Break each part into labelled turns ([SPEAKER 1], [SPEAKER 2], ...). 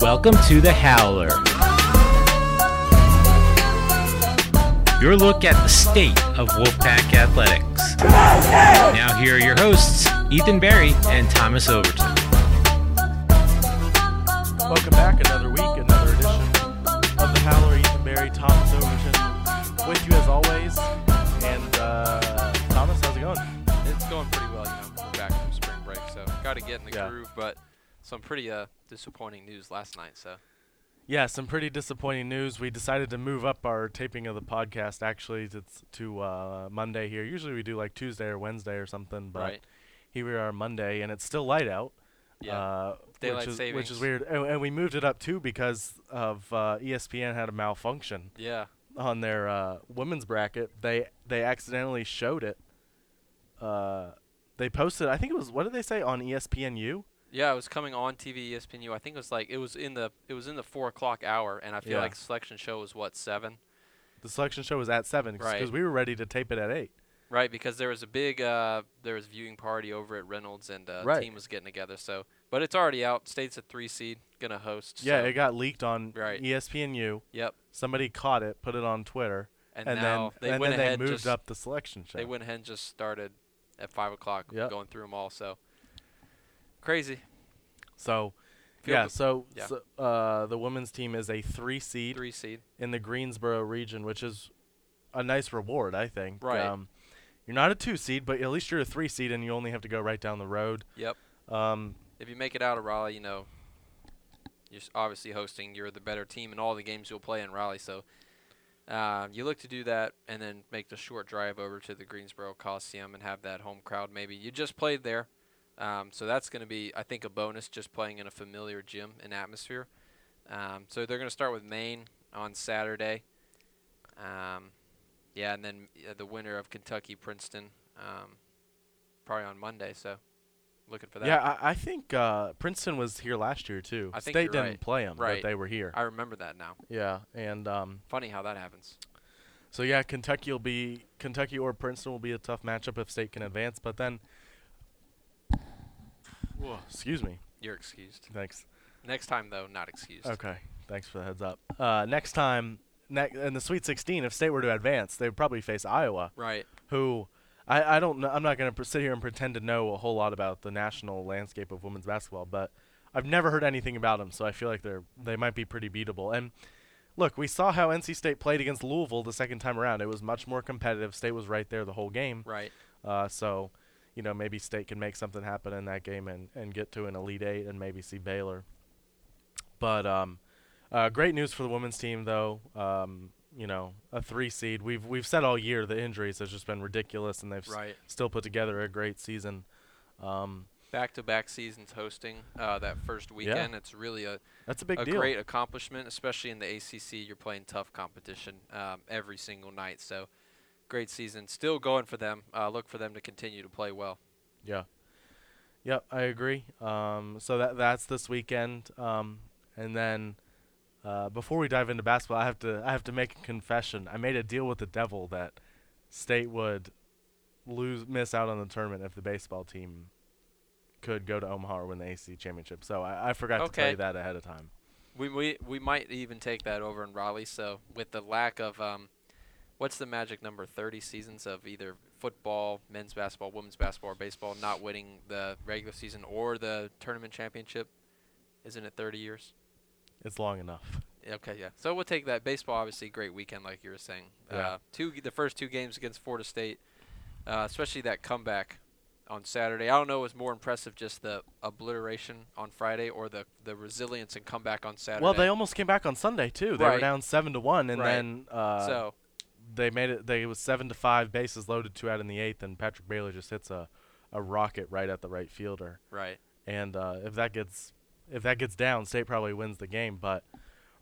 [SPEAKER 1] Welcome to The Howler. Your look at the state of Wolfpack athletics. Now, here are your hosts, Ethan Berry and Thomas Overton.
[SPEAKER 2] Welcome back, another week, another edition of the Howler. Ethan Berry, Thomas Overton, with you as always. And uh, Thomas, how's it going?
[SPEAKER 3] It's going pretty well, you know. We're back from spring break, so got to get in the
[SPEAKER 2] Yeah.
[SPEAKER 3] groove. But some pretty uh, disappointing news last night. So
[SPEAKER 2] Yeah, some pretty disappointing news. We decided to move up our taping of the podcast actually to, to uh, Monday here. Usually we do like Tuesday or Wednesday or something, but
[SPEAKER 3] right,
[SPEAKER 2] here we are Monday, and it's still light out.
[SPEAKER 3] yeah,
[SPEAKER 2] Uh,
[SPEAKER 3] Daylight
[SPEAKER 2] which is, Which is
[SPEAKER 3] savings.
[SPEAKER 2] weird. And, and we moved it up too because of uh, ESPN had a malfunction.
[SPEAKER 3] yeah,
[SPEAKER 2] on their uh, women's bracket, they they accidentally showed it. Uh, they posted. I think it was what did they say on E ESPNU?
[SPEAKER 3] yeah. It was coming on E TV, ESPNU. I think it was like it was in the it was in the four o'clock hour, and I feel
[SPEAKER 2] Yeah.
[SPEAKER 3] like selection show was what seven,
[SPEAKER 2] The selection show was at seven because
[SPEAKER 3] Right.
[SPEAKER 2] we were ready to tape it at eight.
[SPEAKER 3] right? Because there was a big uh, there was viewing party over at Reynolds, and uh,
[SPEAKER 2] Right.
[SPEAKER 3] team was getting together. So, but it's already out. State's a three seed, gonna host.
[SPEAKER 2] Yeah,
[SPEAKER 3] so-
[SPEAKER 2] it got leaked on E
[SPEAKER 3] Right.
[SPEAKER 2] ESPNU.
[SPEAKER 3] yep.
[SPEAKER 2] Somebody caught it, put it on Twitter,
[SPEAKER 3] And,
[SPEAKER 2] then
[SPEAKER 3] now they
[SPEAKER 2] and
[SPEAKER 3] went
[SPEAKER 2] then they
[SPEAKER 3] ahead
[SPEAKER 2] moved
[SPEAKER 3] just
[SPEAKER 2] up the selection show.
[SPEAKER 3] They went ahead and just started at five o'clock,
[SPEAKER 2] Yep.
[SPEAKER 3] going through them all. So crazy.
[SPEAKER 2] So.
[SPEAKER 3] Feel
[SPEAKER 2] yeah,
[SPEAKER 3] the-
[SPEAKER 2] so,
[SPEAKER 3] yeah.
[SPEAKER 2] so, uh, the women's team is a three seed
[SPEAKER 3] Three seed.
[SPEAKER 2] in the Greensboro region, which is a nice reward, I think. Um,
[SPEAKER 3] Right.
[SPEAKER 2] you're not a two seed, but at least you're a three seed, and you only have to go right down the road.
[SPEAKER 3] Yep.
[SPEAKER 2] Um,
[SPEAKER 3] If you make it out of Raleigh, you know, you're s- obviously hosting. You're the better team in all the games you'll play in Raleigh. So um, you look to do that and then make the short drive over to the Greensboro Coliseum and have that home crowd maybe. You just played there. Um, so that's going to be, I think, a bonus just playing in a familiar gym and atmosphere. Um, so they're going to start with Maine on Saturday. Um, yeah, and then uh, the winner of Kentucky Princeton um, probably on Monday. So looking for that.
[SPEAKER 2] yeah, I, I think uh, Princeton was here last year too.
[SPEAKER 3] I think
[SPEAKER 2] State
[SPEAKER 3] you're
[SPEAKER 2] didn't
[SPEAKER 3] right.
[SPEAKER 2] play them,
[SPEAKER 3] Right.
[SPEAKER 2] but they were here.
[SPEAKER 3] I remember that now.
[SPEAKER 2] yeah, and um,
[SPEAKER 3] Funny how that happens.
[SPEAKER 2] so yeah, Kentucky will be Kentucky or Princeton will be a tough matchup if State can advance, but then. Excuse me.
[SPEAKER 3] You're excused.
[SPEAKER 2] Thanks.
[SPEAKER 3] Next time though, not excused.
[SPEAKER 2] Okay. Thanks for the heads up. Uh, next time, ne- in the Sweet 16, if State were to advance, they would probably face Iowa,
[SPEAKER 3] Right.
[SPEAKER 2] who I, I don't know. I'm not going to pr- sit here and pretend to know a whole lot about the national landscape of women's basketball, but I've never heard anything about them, so I feel like they're they might be pretty beatable. And look, we saw how NC State played against Louisville the second time around. It was much more competitive. State was right there the whole game.
[SPEAKER 3] Right.
[SPEAKER 2] Uh, so, you know, maybe State can make something happen in that game and, and get to an Elite Eight and maybe see Baylor. But um, uh, great news for the women's team, though. Um, you know, a three seed. We've we've said all year the injuries has just been ridiculous, and they've s-
[SPEAKER 3] Right.
[SPEAKER 2] still put together a great season. Um,
[SPEAKER 3] Back to back seasons hosting uh, that first weekend. It's really a,
[SPEAKER 2] that's a big
[SPEAKER 3] a
[SPEAKER 2] deal.
[SPEAKER 3] great accomplishment, especially in the ACC. You're playing tough competition um, every single night. So great season. Still going for them. Uh, look for them to continue to play well.
[SPEAKER 2] Yeah. Yep, I agree. Um, so that that's this weekend, um, and then uh, before we dive into basketball, I have to I have to make a confession. I made a deal with the devil that State would lose miss out on the tournament if the baseball team could go to Omaha or win the AC championship. So I, I forgot to tell
[SPEAKER 3] Okay.
[SPEAKER 2] you that ahead of time.
[SPEAKER 3] We, we we might even take that over in Raleigh. So with the lack of um, what's the magic number thirty seasons of either football, men's basketball, women's basketball, or baseball not winning the regular season or the tournament championship, isn't it thirty years?
[SPEAKER 2] It's long enough.
[SPEAKER 3] Yeah, Okay, yeah. So we'll take that. Baseball, obviously, great weekend, like you were saying.
[SPEAKER 2] Yeah.
[SPEAKER 3] Uh, two the first two games against Florida State, uh, especially that comeback on Saturday. I don't know, it was more impressive just the obliteration on Friday or the the resilience and comeback on Saturday.
[SPEAKER 2] Well, they almost came back on Sunday too. They were
[SPEAKER 3] Right.
[SPEAKER 2] down seven to one, and
[SPEAKER 3] Right.
[SPEAKER 2] then uh,
[SPEAKER 3] so
[SPEAKER 2] they made it. They it was seven to five, bases loaded, two out in the eighth, and Patrick Baylor just hits a, a rocket right at the right fielder.
[SPEAKER 3] right.
[SPEAKER 2] And uh, if that gets if that gets down, State probably wins the game. But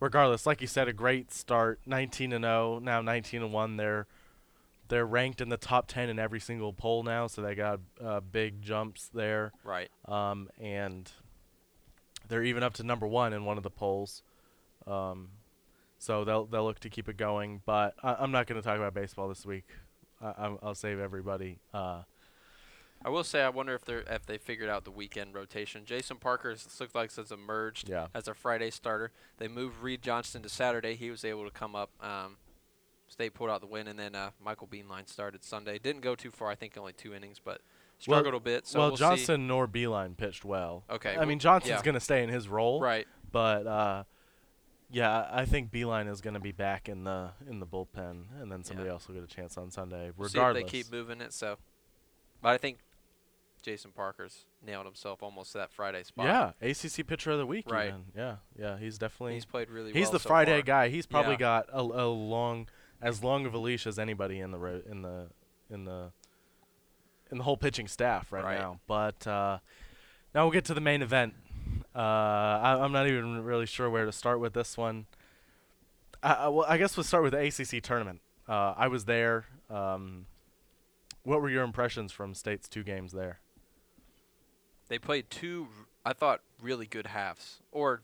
[SPEAKER 2] regardless, like you said, a great start, 19 and 0, now 19 and one. They're they're ranked in the top 10 in every single poll now, so they got uh, big jumps there.
[SPEAKER 3] Right.
[SPEAKER 2] Um, and they're even up to number one in one of the polls. Um, so they'll they'll look to keep it going. But I, I'm not going to talk about baseball this week. I, I'm, I'll save everybody uh,
[SPEAKER 3] I will say I wonder if they if they figured out the weekend rotation. Jason Parker has looked like has emerged
[SPEAKER 2] Yeah.
[SPEAKER 3] as a Friday starter. They moved Reed Johnston to Saturday. He was able to come up. Um, State pulled out the win, and then uh, Michael Beanline started Sunday. Didn't go too far. I think only two innings, but
[SPEAKER 2] Well-
[SPEAKER 3] struggled a bit. So
[SPEAKER 2] well,
[SPEAKER 3] we'll see.
[SPEAKER 2] Johnson nor Beeline pitched well.
[SPEAKER 3] Okay,
[SPEAKER 2] I
[SPEAKER 3] well,
[SPEAKER 2] mean Johnson's
[SPEAKER 3] yeah.
[SPEAKER 2] gonna stay in his role,
[SPEAKER 3] right?
[SPEAKER 2] But uh, yeah, I think Beeline is gonna be back in the in the bullpen, and then somebody
[SPEAKER 3] Yeah.
[SPEAKER 2] else will get a chance on Sunday.
[SPEAKER 3] We'll
[SPEAKER 2] Regardless,
[SPEAKER 3] see if they keep moving it. So, but I think Jason Parker's nailed himself almost to that Friday spot.
[SPEAKER 2] yeah, ACC pitcher of the week.
[SPEAKER 3] Right.
[SPEAKER 2] even. Yeah, yeah, he's
[SPEAKER 3] And
[SPEAKER 2] definitely
[SPEAKER 3] he's played really.
[SPEAKER 2] he's
[SPEAKER 3] well
[SPEAKER 2] the
[SPEAKER 3] so
[SPEAKER 2] Friday
[SPEAKER 3] far.
[SPEAKER 2] guy. He's probably
[SPEAKER 3] Yeah.
[SPEAKER 2] got a, a long as long of a leash as anybody in the ro- in the in the in the whole pitching staff right,
[SPEAKER 3] Right.
[SPEAKER 2] now. But uh, now we'll get to the main event. Uh, I, I'm not even really sure where to start with this one. I, I, well, I guess we'll start with the ACC tournament. Uh, I was there. Um, what were your impressions from State's two games there?
[SPEAKER 3] They played two, I thought, really good halves, or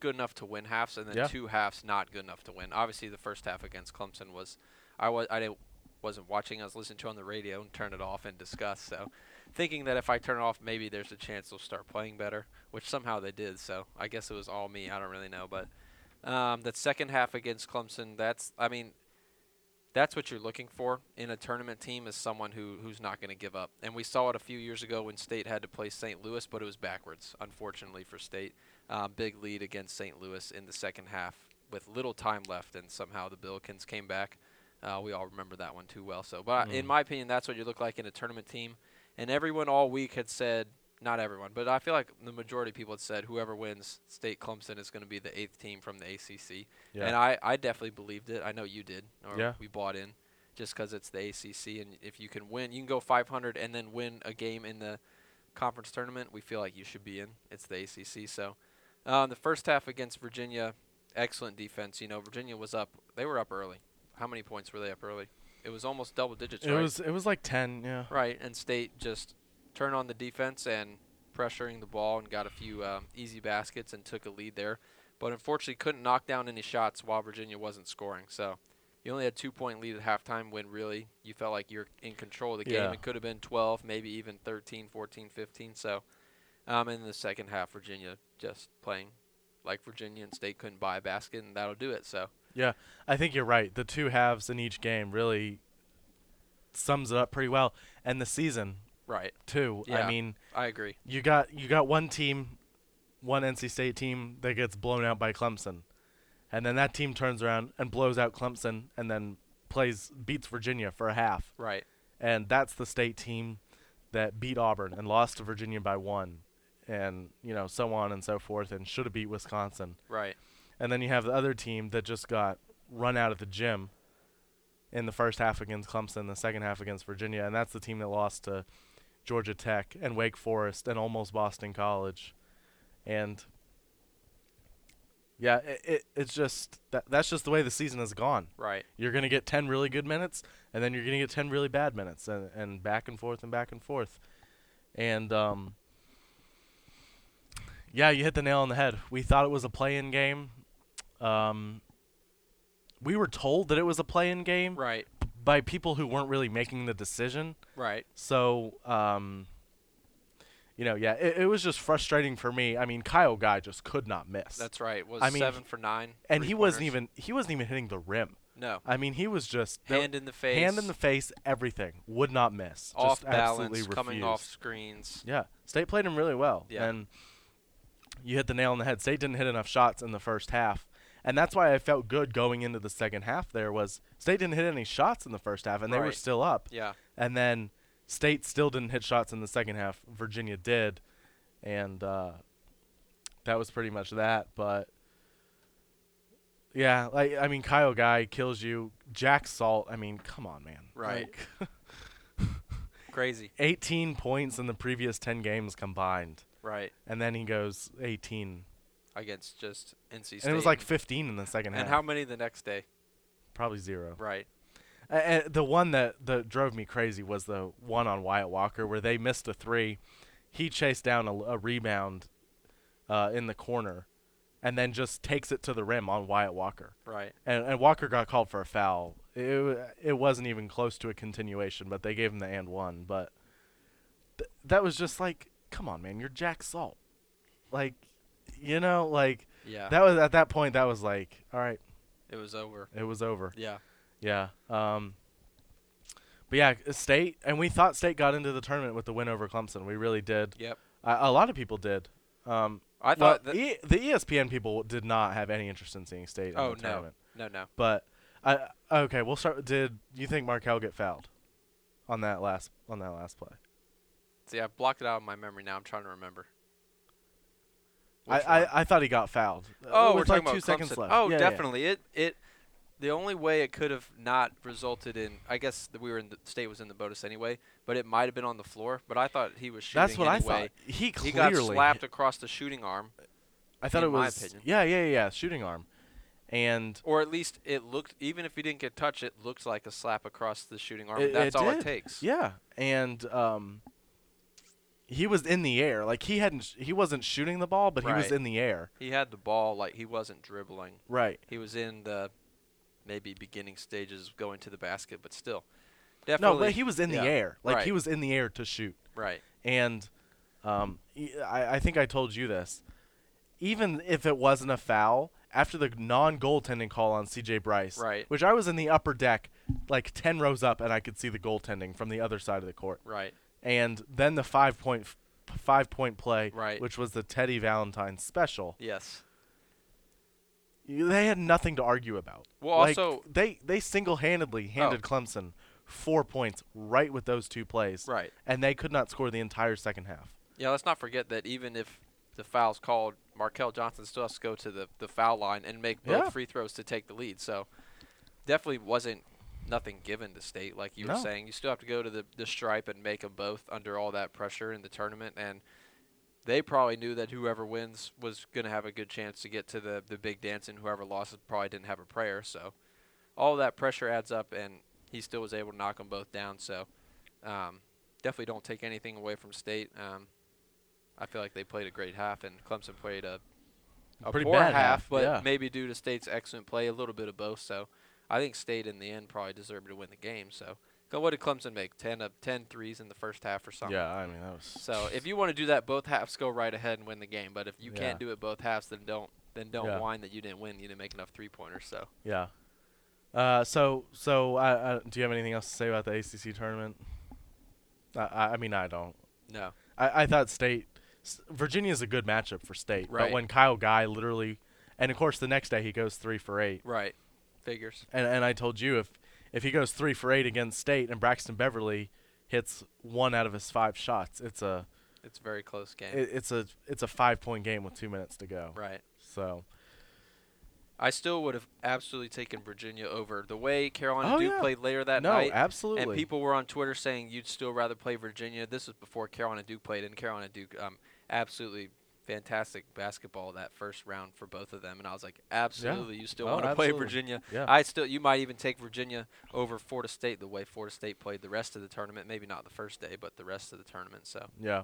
[SPEAKER 3] good enough to win halves, and then
[SPEAKER 2] Yeah.
[SPEAKER 3] two halves not good enough to win. Obviously, the first half against Clemson was, I was I didn't, wasn't watching. I was listening to it on the radio and turned it off and discussed. So, thinking that if I turn it off, maybe there's a chance they'll start playing better, which somehow they did. So I guess it was all me. I don't really know, but um, that second half against Clemson, that's I mean, that's what you're looking for in a tournament team is someone who who's not going to give up. And we saw it a few years ago when State had to play St. Louis, but it was backwards, unfortunately for State. Uh, big lead against St. Louis in the second half with little time left, and somehow the Billikens came back. Uh, we all remember that one too well. So, but I in my opinion, that's what you look like in a tournament team. And everyone all week had said, not everyone, but I feel like the majority of people had said whoever wins State Clemson is going to be the eighth team from the ACC.
[SPEAKER 2] Yeah.
[SPEAKER 3] And I, I definitely believed it. I know you did. Or
[SPEAKER 2] Yeah.
[SPEAKER 3] We bought in just because it's the ACC. And if you can win, you can go 500 and then win a game in the conference tournament. We feel like you should be in. It's the ACC. So um, the first half against Virginia, excellent defense. You know, Virginia was up. They were up early. How many points were they up early? It was almost double digits,
[SPEAKER 2] It
[SPEAKER 3] right?
[SPEAKER 2] was it was like ten. Yeah.
[SPEAKER 3] Right, and State just turned on the defense and pressuring the ball and got a few um, easy baskets and took a lead there. But unfortunately, couldn't knock down any shots while Virginia wasn't scoring. So you only had two point lead at halftime when really you felt like you're in control of the game.
[SPEAKER 2] Yeah.
[SPEAKER 3] It could have been 12, maybe even 13, 14, 15. So um, in the second half, Virginia just playing like Virginia and State couldn't buy a basket, and that'll do it. So
[SPEAKER 2] Yeah, I think you're right. The two halves in each game really sums it up pretty well, and the season
[SPEAKER 3] right,
[SPEAKER 2] too.
[SPEAKER 3] Yeah.
[SPEAKER 2] I mean,
[SPEAKER 3] I agree.
[SPEAKER 2] you got you got one team, one NC State team that gets blown out by Clemson, and then that team turns around and blows out Clemson, and then plays beats Virginia for a half,
[SPEAKER 3] Right,
[SPEAKER 2] and that's the state team that beat Auburn and lost to Virginia by one, and you know so on and so forth, and should have beat Wisconsin.
[SPEAKER 3] right,
[SPEAKER 2] And then you have the other team that just got run out of the gym in the first half against Clemson, the second half against Virginia, and that's the team that lost to Georgia Tech and Wake Forest and almost Boston College. And yeah, it, it it's just that that's just the way the season has gone.
[SPEAKER 3] right.
[SPEAKER 2] You're going to get 10 really good minutes and then you're going to get 10 really bad minutes and and back and forth and back and forth. And um yeah, you hit the nail on the head. We thought it was a play-in game. Um, we were told that it was a play-in game
[SPEAKER 3] Right,
[SPEAKER 2] by people who weren't really making the decision.
[SPEAKER 3] right.
[SPEAKER 2] So, um, you know, yeah, it, it was just frustrating for me. I mean, Kyle Guy just could not miss,
[SPEAKER 3] That's right. Was
[SPEAKER 2] I mean,
[SPEAKER 3] seven for nine,
[SPEAKER 2] and he wasn't
[SPEAKER 3] three-pointers.
[SPEAKER 2] even he wasn't even hitting the rim.
[SPEAKER 3] no
[SPEAKER 2] I mean, he was just there-
[SPEAKER 3] hand in the face,
[SPEAKER 2] hand in the face, everything would not miss,
[SPEAKER 3] off
[SPEAKER 2] just
[SPEAKER 3] balance,
[SPEAKER 2] absolutely
[SPEAKER 3] coming
[SPEAKER 2] refused.
[SPEAKER 3] off screens.
[SPEAKER 2] Yeah, State played him really well.
[SPEAKER 3] Yeah.
[SPEAKER 2] And you hit the nail on the head. State didn't hit enough shots in the first half. And that's why I felt good going into the second half there was State didn't hit any shots in the first half and they were
[SPEAKER 3] Right.
[SPEAKER 2] still up.
[SPEAKER 3] Yeah,
[SPEAKER 2] And then State still didn't hit shots in the second half. Virginia did. And uh, that was pretty much that, but yeah, like I mean Kyle Guy kills you. Jack Salt, I mean, come on, man.
[SPEAKER 3] Right.
[SPEAKER 2] Like,
[SPEAKER 3] crazy.
[SPEAKER 2] 18 points in the previous 10 games combined.
[SPEAKER 3] Right
[SPEAKER 2] And then he goes 18.
[SPEAKER 3] against just NC State.
[SPEAKER 2] And it was like 15 in the second
[SPEAKER 3] and
[SPEAKER 2] half.
[SPEAKER 3] how many the next day?
[SPEAKER 2] Probably zero.
[SPEAKER 3] Right.
[SPEAKER 2] A- And the one that, that drove me crazy was the one on Wyatt Walker where they missed a three. He chased down a, a rebound uh, in the corner and then just takes it to the rim on Wyatt Walker.
[SPEAKER 3] Right.
[SPEAKER 2] And, and Walker got called for a foul. It, wa- it wasn't even close to a continuation, but they gave him the and one. But th- that was just like, come on, man, you're Jack Salt. Like, you know, like
[SPEAKER 3] Yeah.
[SPEAKER 2] that was at that point. That was like, all right,
[SPEAKER 3] it was over.
[SPEAKER 2] it was over.
[SPEAKER 3] Yeah.
[SPEAKER 2] Yeah. Um. But yeah, state, and we thought state got into the tournament with the win over Clemson. We really did.
[SPEAKER 3] Yep.
[SPEAKER 2] A, a lot of people did. Um,
[SPEAKER 3] I
[SPEAKER 2] well,
[SPEAKER 3] thought that.
[SPEAKER 2] E- the ESPN people did not have any interest in seeing state in
[SPEAKER 3] Oh,
[SPEAKER 2] the
[SPEAKER 3] no.
[SPEAKER 2] tournament.
[SPEAKER 3] no, no.
[SPEAKER 2] But I okay, we'll start. Did you think Markel get fouled on that last on that last play?
[SPEAKER 3] See, I blocked it out of my memory now. I'm trying to remember.
[SPEAKER 2] I,
[SPEAKER 3] Which one?
[SPEAKER 2] I, I thought he got fouled. Uh,
[SPEAKER 3] Oh, we're
[SPEAKER 2] with
[SPEAKER 3] talking
[SPEAKER 2] like
[SPEAKER 3] about
[SPEAKER 2] two seconds
[SPEAKER 3] Clemson.
[SPEAKER 2] left.
[SPEAKER 3] Oh,
[SPEAKER 2] Yeah, yeah.
[SPEAKER 3] definitely. It it the only way it could have not resulted in I guess that we were in the state was in the bonus anyway, but it might have been on the floor. But I thought he was shooting.
[SPEAKER 2] That's what I
[SPEAKER 3] anyway.
[SPEAKER 2] thought. He
[SPEAKER 3] He
[SPEAKER 2] clearly
[SPEAKER 3] got slapped across the shooting arm,
[SPEAKER 2] I thought
[SPEAKER 3] in
[SPEAKER 2] it
[SPEAKER 3] my
[SPEAKER 2] was
[SPEAKER 3] opinion.
[SPEAKER 2] yeah, yeah, yeah, yeah, shooting arm, and
[SPEAKER 3] or at least it looked. Even if he didn't get touched, it looked like a slap across the shooting arm.
[SPEAKER 2] It-
[SPEAKER 3] and that's
[SPEAKER 2] it
[SPEAKER 3] all
[SPEAKER 2] did.
[SPEAKER 3] it takes.
[SPEAKER 2] yeah, and um, he was in the air. Like he hadn't, sh- he wasn't shooting the ball, but he was
[SPEAKER 3] Right.
[SPEAKER 2] in the air.
[SPEAKER 3] He had the ball like he wasn't dribbling.
[SPEAKER 2] Right.
[SPEAKER 3] He was in the maybe beginning stages of going to the basket, but still,
[SPEAKER 2] No,
[SPEAKER 3] definitely
[SPEAKER 2] but he was in
[SPEAKER 3] yeah,
[SPEAKER 2] the air. Like he
[SPEAKER 3] right.
[SPEAKER 2] was in the air to shoot.
[SPEAKER 3] right.
[SPEAKER 2] And um, e- I, I think I told you this. Even if it wasn't a foul, after the non goaltending call on CJ Bryce,
[SPEAKER 3] Right.
[SPEAKER 2] which I was in the upper deck, like 10 rows up, and I could see the goaltending from the other side of the court.
[SPEAKER 3] Right.
[SPEAKER 2] And then the five point, five point play,
[SPEAKER 3] Right.
[SPEAKER 2] which was the Teddy Valentine special.
[SPEAKER 3] Yes.
[SPEAKER 2] You- They had nothing to argue about.
[SPEAKER 3] Well,
[SPEAKER 2] Like,
[SPEAKER 3] also- Oh.
[SPEAKER 2] they, they single handedly handed Clemson four points right with those two plays.
[SPEAKER 3] Right.
[SPEAKER 2] And they could not score the entire second half.
[SPEAKER 3] Yeah, let's not forget that even if the foul's called, Markel Johnson still has to go to the, the foul line and make both
[SPEAKER 2] Yeah.
[SPEAKER 3] free throws to take the lead. So definitely wasn't nothing given to state, like you were
[SPEAKER 2] No.
[SPEAKER 3] saying. You still have to go to the, the stripe and make them both under all that pressure in the tournament. And they probably knew that whoever wins was going to have a good chance to get to the, the big dance, and whoever lost probably didn't have a prayer. So all that pressure adds up, and he still was able to knock them both down. So um, definitely don't take anything away from state. Um, I feel like they played a great half, and Clemson played a, a
[SPEAKER 2] Pretty
[SPEAKER 3] poor
[SPEAKER 2] bad half,
[SPEAKER 3] but
[SPEAKER 2] yeah.
[SPEAKER 3] maybe due to State's excellent play, a little bit of both. So I think State in the end probably deserved to win the game. So go- what did Clemson make? 10 of 10 threes in the first half or something.
[SPEAKER 2] Yeah, I mean, that was.
[SPEAKER 3] So if you want to do that, both halves go right ahead and win the game. But if you
[SPEAKER 2] Yeah.
[SPEAKER 3] can't do it both halves, then don't then don't
[SPEAKER 2] Yeah.
[SPEAKER 3] whine that you didn't win. You didn't make enough three pointers. So
[SPEAKER 2] Yeah. Uh, so so I, I, do you have anything else to say about the ACC tournament? I- I, I mean I don't.
[SPEAKER 3] no,
[SPEAKER 2] I, I thought State S- Virginia's a good matchup for State, but
[SPEAKER 3] Right.
[SPEAKER 2] when Kyle Guy literally, and of course the next day he goes three for eight,
[SPEAKER 3] right, figures.
[SPEAKER 2] and and I told you if if he goes three for eight against State and Braxton Beverly hits one out of his five shots, it's a
[SPEAKER 3] It's a very close game.
[SPEAKER 2] it, it's a it's a five point game with two minutes to go.
[SPEAKER 3] right.
[SPEAKER 2] So
[SPEAKER 3] I still would have absolutely taken Virginia over the way Carolina
[SPEAKER 2] Oh,
[SPEAKER 3] Duke
[SPEAKER 2] yeah.
[SPEAKER 3] played later that
[SPEAKER 2] no,
[SPEAKER 3] night.
[SPEAKER 2] absolutely.
[SPEAKER 3] And people were on Twitter saying you'd still rather play Virginia. This was before Carolina Duke played, and Carolina Duke, um, absolutely fantastic basketball that first round for both of them. And I was like, absolutely, you still
[SPEAKER 2] Oh,
[SPEAKER 3] want to play
[SPEAKER 2] absolutely.
[SPEAKER 3] Virginia?
[SPEAKER 2] Yeah.
[SPEAKER 3] I still, you might even take Virginia over Florida State the way Florida State played the rest of the tournament. Maybe not the first day, but the rest of the tournament. So,
[SPEAKER 2] yeah.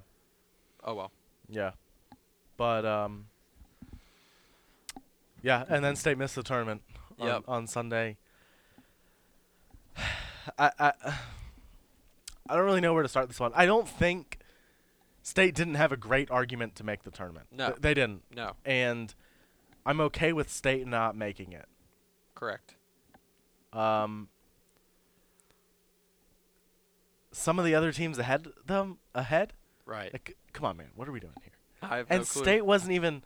[SPEAKER 3] oh well.
[SPEAKER 2] Yeah. But um Yeah, and then State missed the tournament on,
[SPEAKER 3] Yep.
[SPEAKER 2] on Sunday. I, I I don't really know where to start this one. I don't think State didn't have a great argument to make the tournament.
[SPEAKER 3] No.
[SPEAKER 2] Th- they didn't.
[SPEAKER 3] No,
[SPEAKER 2] And I'm okay with State not making it.
[SPEAKER 3] correct.
[SPEAKER 2] Um some of the other teams ahead them ahead?
[SPEAKER 3] Right.
[SPEAKER 2] Like, come on man, what are we doing here?
[SPEAKER 3] I have no
[SPEAKER 2] And
[SPEAKER 3] clue.
[SPEAKER 2] State wasn't even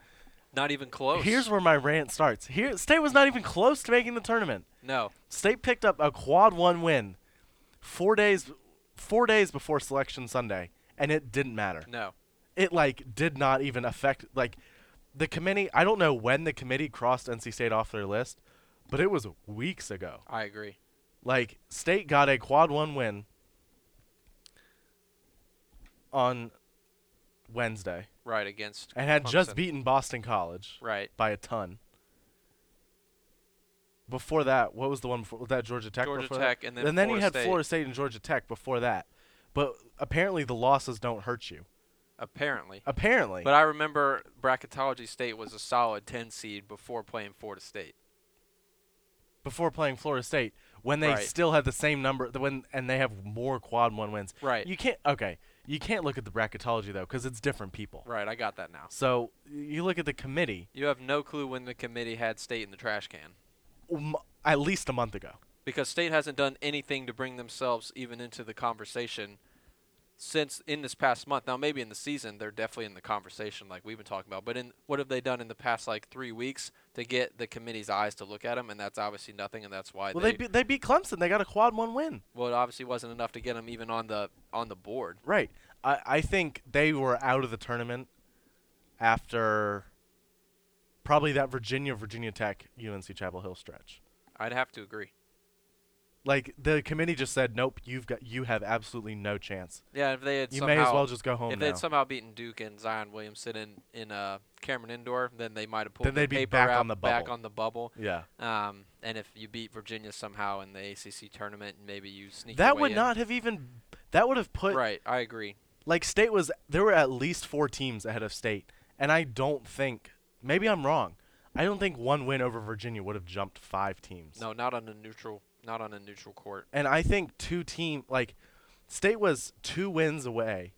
[SPEAKER 3] not even close.
[SPEAKER 2] Here's where my rant starts. Here, State was not even close to making the tournament.
[SPEAKER 3] no.
[SPEAKER 2] State picked up a quad one win, four days, four days before Selection Sunday, and it didn't matter.
[SPEAKER 3] No.
[SPEAKER 2] It like did not even affect like the committee. I don't know when the committee crossed NC State off their list, but it was weeks ago.
[SPEAKER 3] I agree.
[SPEAKER 2] Like State got a quad one win on Wednesday
[SPEAKER 3] Right against
[SPEAKER 2] and had just
[SPEAKER 3] Clemson.
[SPEAKER 2] beaten Boston College
[SPEAKER 3] Right.
[SPEAKER 2] by a ton. Before that, what was the one before was that Georgia Tech?
[SPEAKER 3] Georgia
[SPEAKER 2] before
[SPEAKER 3] Tech
[SPEAKER 2] that?
[SPEAKER 3] and then
[SPEAKER 2] and then you
[SPEAKER 3] Florida
[SPEAKER 2] had
[SPEAKER 3] State.
[SPEAKER 2] Florida State and Georgia Tech before that. But apparently the losses don't hurt you.
[SPEAKER 3] Apparently.
[SPEAKER 2] Apparently.
[SPEAKER 3] But I remember bracketology state was a solid 10 seed before playing Florida State.
[SPEAKER 2] before playing Florida State, when they
[SPEAKER 3] Right.
[SPEAKER 2] still had the same number, the when and they have more quad one wins.
[SPEAKER 3] Right.
[SPEAKER 2] You can't. Okay. You can't look at the bracketology though, because it's different people.
[SPEAKER 3] Right, I got that now.
[SPEAKER 2] So y- you look at the committee
[SPEAKER 3] You have no clue when the committee had state in the trash can
[SPEAKER 2] um, at least a month ago.
[SPEAKER 3] because state hasn't done anything to bring themselves even into the conversation since in this past month. Now maybe in the season they're definitely in the conversation like we've been talking about, but in what have they done in the past like 3 weeks to get the committee's eyes to look at them and that's obviously nothing and that's why
[SPEAKER 2] Well,
[SPEAKER 3] they,
[SPEAKER 2] they be- they beat Clemson. They got a quad one win.
[SPEAKER 3] well it obviously wasn't enough to get them even on the on the board.
[SPEAKER 2] Right. I I think they were out of the tournament after probably that Virginia Virginia Tech UNC Chapel Hill stretch.
[SPEAKER 3] I'd have to agree.
[SPEAKER 2] Like the committee just said, nope, you've got you have absolutely no chance.
[SPEAKER 3] Yeah, if they had
[SPEAKER 2] You
[SPEAKER 3] somehow
[SPEAKER 2] may as well just go home
[SPEAKER 3] if
[SPEAKER 2] now.
[SPEAKER 3] they'd somehow beaten Duke and Zion Williamson in in uh, Cameron Indoor, then they might have pulled
[SPEAKER 2] Then
[SPEAKER 3] their
[SPEAKER 2] they'd be
[SPEAKER 3] paper
[SPEAKER 2] back
[SPEAKER 3] out,
[SPEAKER 2] on the
[SPEAKER 3] back
[SPEAKER 2] bubble.
[SPEAKER 3] on the bubble.
[SPEAKER 2] yeah.
[SPEAKER 3] Um, and if you beat Virginia somehow in the ACC tournament, and maybe you sneak your
[SPEAKER 2] That
[SPEAKER 3] way
[SPEAKER 2] would
[SPEAKER 3] in.
[SPEAKER 2] not have even that would have put
[SPEAKER 3] right. I agree.
[SPEAKER 2] like state was there were at least four teams ahead of state and i don't think maybe i'm wrong i don't think one win over virginia would have jumped five teams
[SPEAKER 3] No, not on a neutral, not on a neutral court.
[SPEAKER 2] and i think two team like state was two wins away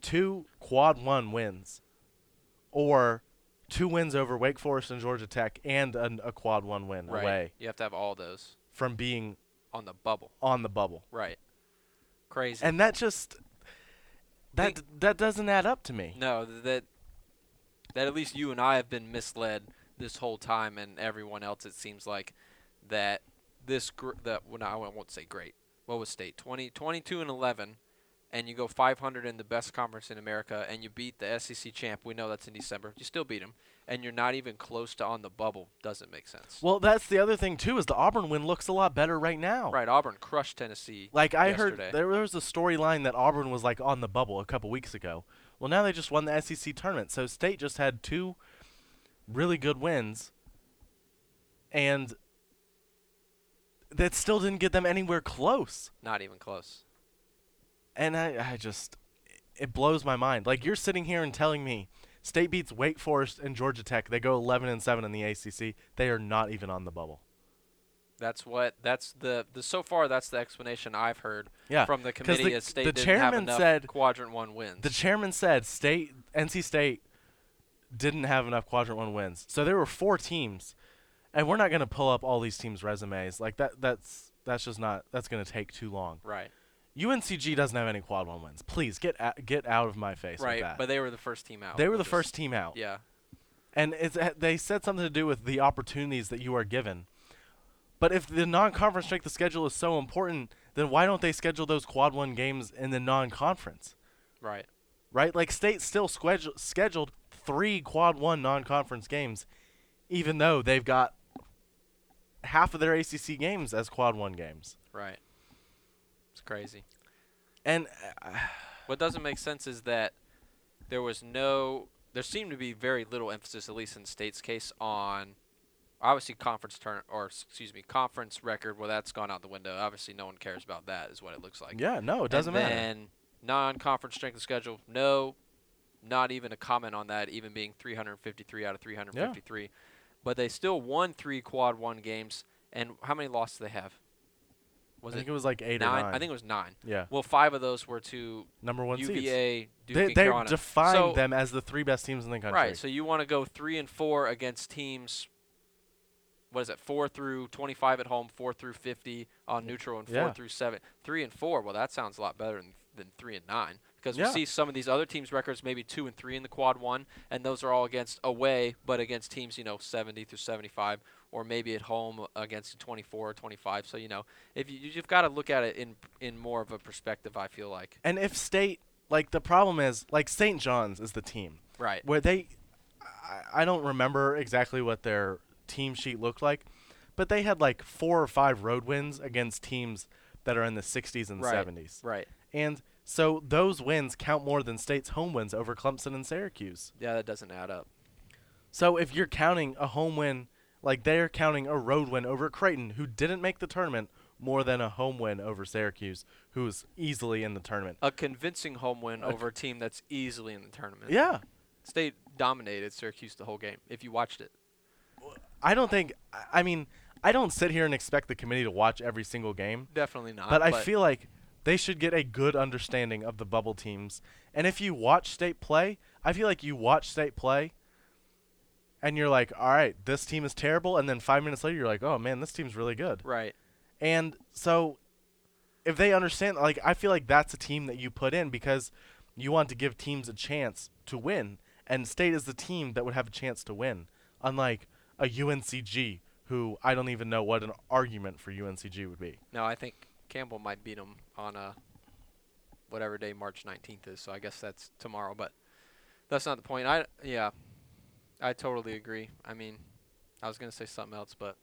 [SPEAKER 2] two quad one wins or two wins over wake forest and georgia tech and an, a quad one win
[SPEAKER 3] Right.
[SPEAKER 2] away
[SPEAKER 3] You have to have all those
[SPEAKER 2] from being
[SPEAKER 3] on the bubble.
[SPEAKER 2] on the bubble
[SPEAKER 3] Right. Crazy.
[SPEAKER 2] and that just that that doesn't add up to me
[SPEAKER 3] no, th- that that at least you and I have been misled this whole time, and everyone else. It seems like that this gr- that well, no, I won't- won't say great. What was state 20, 22 and eleven, and you go five hundred in the best conference in America, and you beat the SEC champ. We know that's in December. You still beat them, and you're not even close to on the bubble. Doesn't make sense.
[SPEAKER 2] well that's the other thing too is the auburn win looks a lot better right now
[SPEAKER 3] right, Auburn crushed Tennessee.
[SPEAKER 2] Like I
[SPEAKER 3] yesterday.
[SPEAKER 2] heard there was a storyline that Auburn was like on the bubble a couple weeks ago. Well, now they just won the SEC tournament. So State just had two really good wins and that still didn't get them anywhere close.
[SPEAKER 3] Not even close.
[SPEAKER 2] And I I just it blows my mind. Like you're sitting here and telling me State beats Wake Forest and Georgia Tech. They go 11 and 7 in the ACC. They are not even on the bubble.
[SPEAKER 3] That's what. That's the, the. So far, that's the explanation I've heard
[SPEAKER 2] Yeah,
[SPEAKER 3] from the
[SPEAKER 2] 'cause
[SPEAKER 3] committee.
[SPEAKER 2] the-
[SPEAKER 3] is state
[SPEAKER 2] the
[SPEAKER 3] didn't have
[SPEAKER 2] chairman
[SPEAKER 3] enough
[SPEAKER 2] said-
[SPEAKER 3] quadrant one wins.
[SPEAKER 2] The chairman said state NC State didn't have enough quadrant one wins. So there were four teams. And we're not gonna pull up all these teams' resumes. Like that that's that's just not that's gonna take too long.
[SPEAKER 3] right.
[SPEAKER 2] UNCG doesn't have any quad one wins. Please get a- get out of my face with
[SPEAKER 3] Right.
[SPEAKER 2] that.
[SPEAKER 3] But they were the first team out.
[SPEAKER 2] they were
[SPEAKER 3] which
[SPEAKER 2] the
[SPEAKER 3] is-
[SPEAKER 2] first team out.
[SPEAKER 3] Yeah.
[SPEAKER 2] And it's uh, they said something to do with the opportunities that you are given. But if the non-conference strength of schedule is so important, then why don't they schedule those quad one games in the non-conference?
[SPEAKER 3] Right.
[SPEAKER 2] right? Like State still schedule- scheduled three quad one non-conference games, even though they've got half of their ACC games as quad one games.
[SPEAKER 3] Right. It's crazy.
[SPEAKER 2] And
[SPEAKER 3] What doesn't make sense is that there was no. There seemed to be very little emphasis, at least in state's case, on obviously conference turn or s- excuse me conference record. Well, that's gone out the window. Obviously, no one cares about that. Is what it looks like.
[SPEAKER 2] yeah, no, it doesn't
[SPEAKER 3] and
[SPEAKER 2] matter.
[SPEAKER 3] Then non-conference strength of schedule, no, not even a comment on that. Even being 353 out of 353, but they still won three quad one games. And how many losses did they have?
[SPEAKER 2] I
[SPEAKER 3] Was
[SPEAKER 2] think
[SPEAKER 3] it
[SPEAKER 2] it was like eight or
[SPEAKER 3] nine?
[SPEAKER 2] nine.
[SPEAKER 3] I think it was nine.
[SPEAKER 2] yeah,
[SPEAKER 3] Well, five of those were to
[SPEAKER 2] number one seeds.
[SPEAKER 3] UVA, Duke,
[SPEAKER 2] They,
[SPEAKER 3] and
[SPEAKER 2] they
[SPEAKER 3] Carolina.
[SPEAKER 2] defined
[SPEAKER 3] so,
[SPEAKER 2] them as the three best teams in the country.
[SPEAKER 3] Right. So you want to go three and four against teams. What is it? Four through twenty-five at home, four through fifty on neutral, and four
[SPEAKER 2] Yeah.
[SPEAKER 3] through seven. Three and four. Well, that sounds a lot better than, than three and nine because
[SPEAKER 2] Yeah.
[SPEAKER 3] we see some of these other teams' records, maybe two and three in the quad one, and those are all against away, but against teams you know seventy through seventy-five, or maybe at home against twenty-four or twenty-five. So you know, if you, you've got to look at it in in more of a perspective, I feel like.
[SPEAKER 2] and if State, like the problem is, like St. John's is the team
[SPEAKER 3] Right.
[SPEAKER 2] where they I, I don't remember exactly what their team sheet looked like but they had like four or five road wins against teams that are in the 60s and
[SPEAKER 3] Right.
[SPEAKER 2] 70s
[SPEAKER 3] Right.
[SPEAKER 2] and so those wins count more than state's home wins over clemson and syracuse
[SPEAKER 3] Yeah, that doesn't add up.
[SPEAKER 2] so if you're counting a home win like they're counting a road win over creighton who didn't make the tournament more than a home win over syracuse who was easily in the tournament
[SPEAKER 3] a convincing home win
[SPEAKER 2] A c-
[SPEAKER 3] over a team that's easily in the tournament.
[SPEAKER 2] yeah
[SPEAKER 3] State dominated Syracuse the whole game. If you watched it,
[SPEAKER 2] i don't think I- i mean i don't sit here and expect the committee to watch every single game
[SPEAKER 3] definitely not.
[SPEAKER 2] but I feel like they should get a good understanding of the bubble teams. And if you watch state play, I feel like you watch state play and you're like, all right, this team is terrible. And then five minutes later, you're like, oh man, this team's really good.
[SPEAKER 3] Right.
[SPEAKER 2] And so if they understand, like, I feel like that's a team that you put in because you want to give teams a chance to win. And state is the team that would have a chance to win, unlike a UNCG, who I don't even know what an argument for UNCG would be.
[SPEAKER 3] No, I think Campbell might beat them on uh whatever day March 19th is. So I guess that's tomorrow, but that's not the point. I yeah. I totally agree. I mean, I was going to say something else, but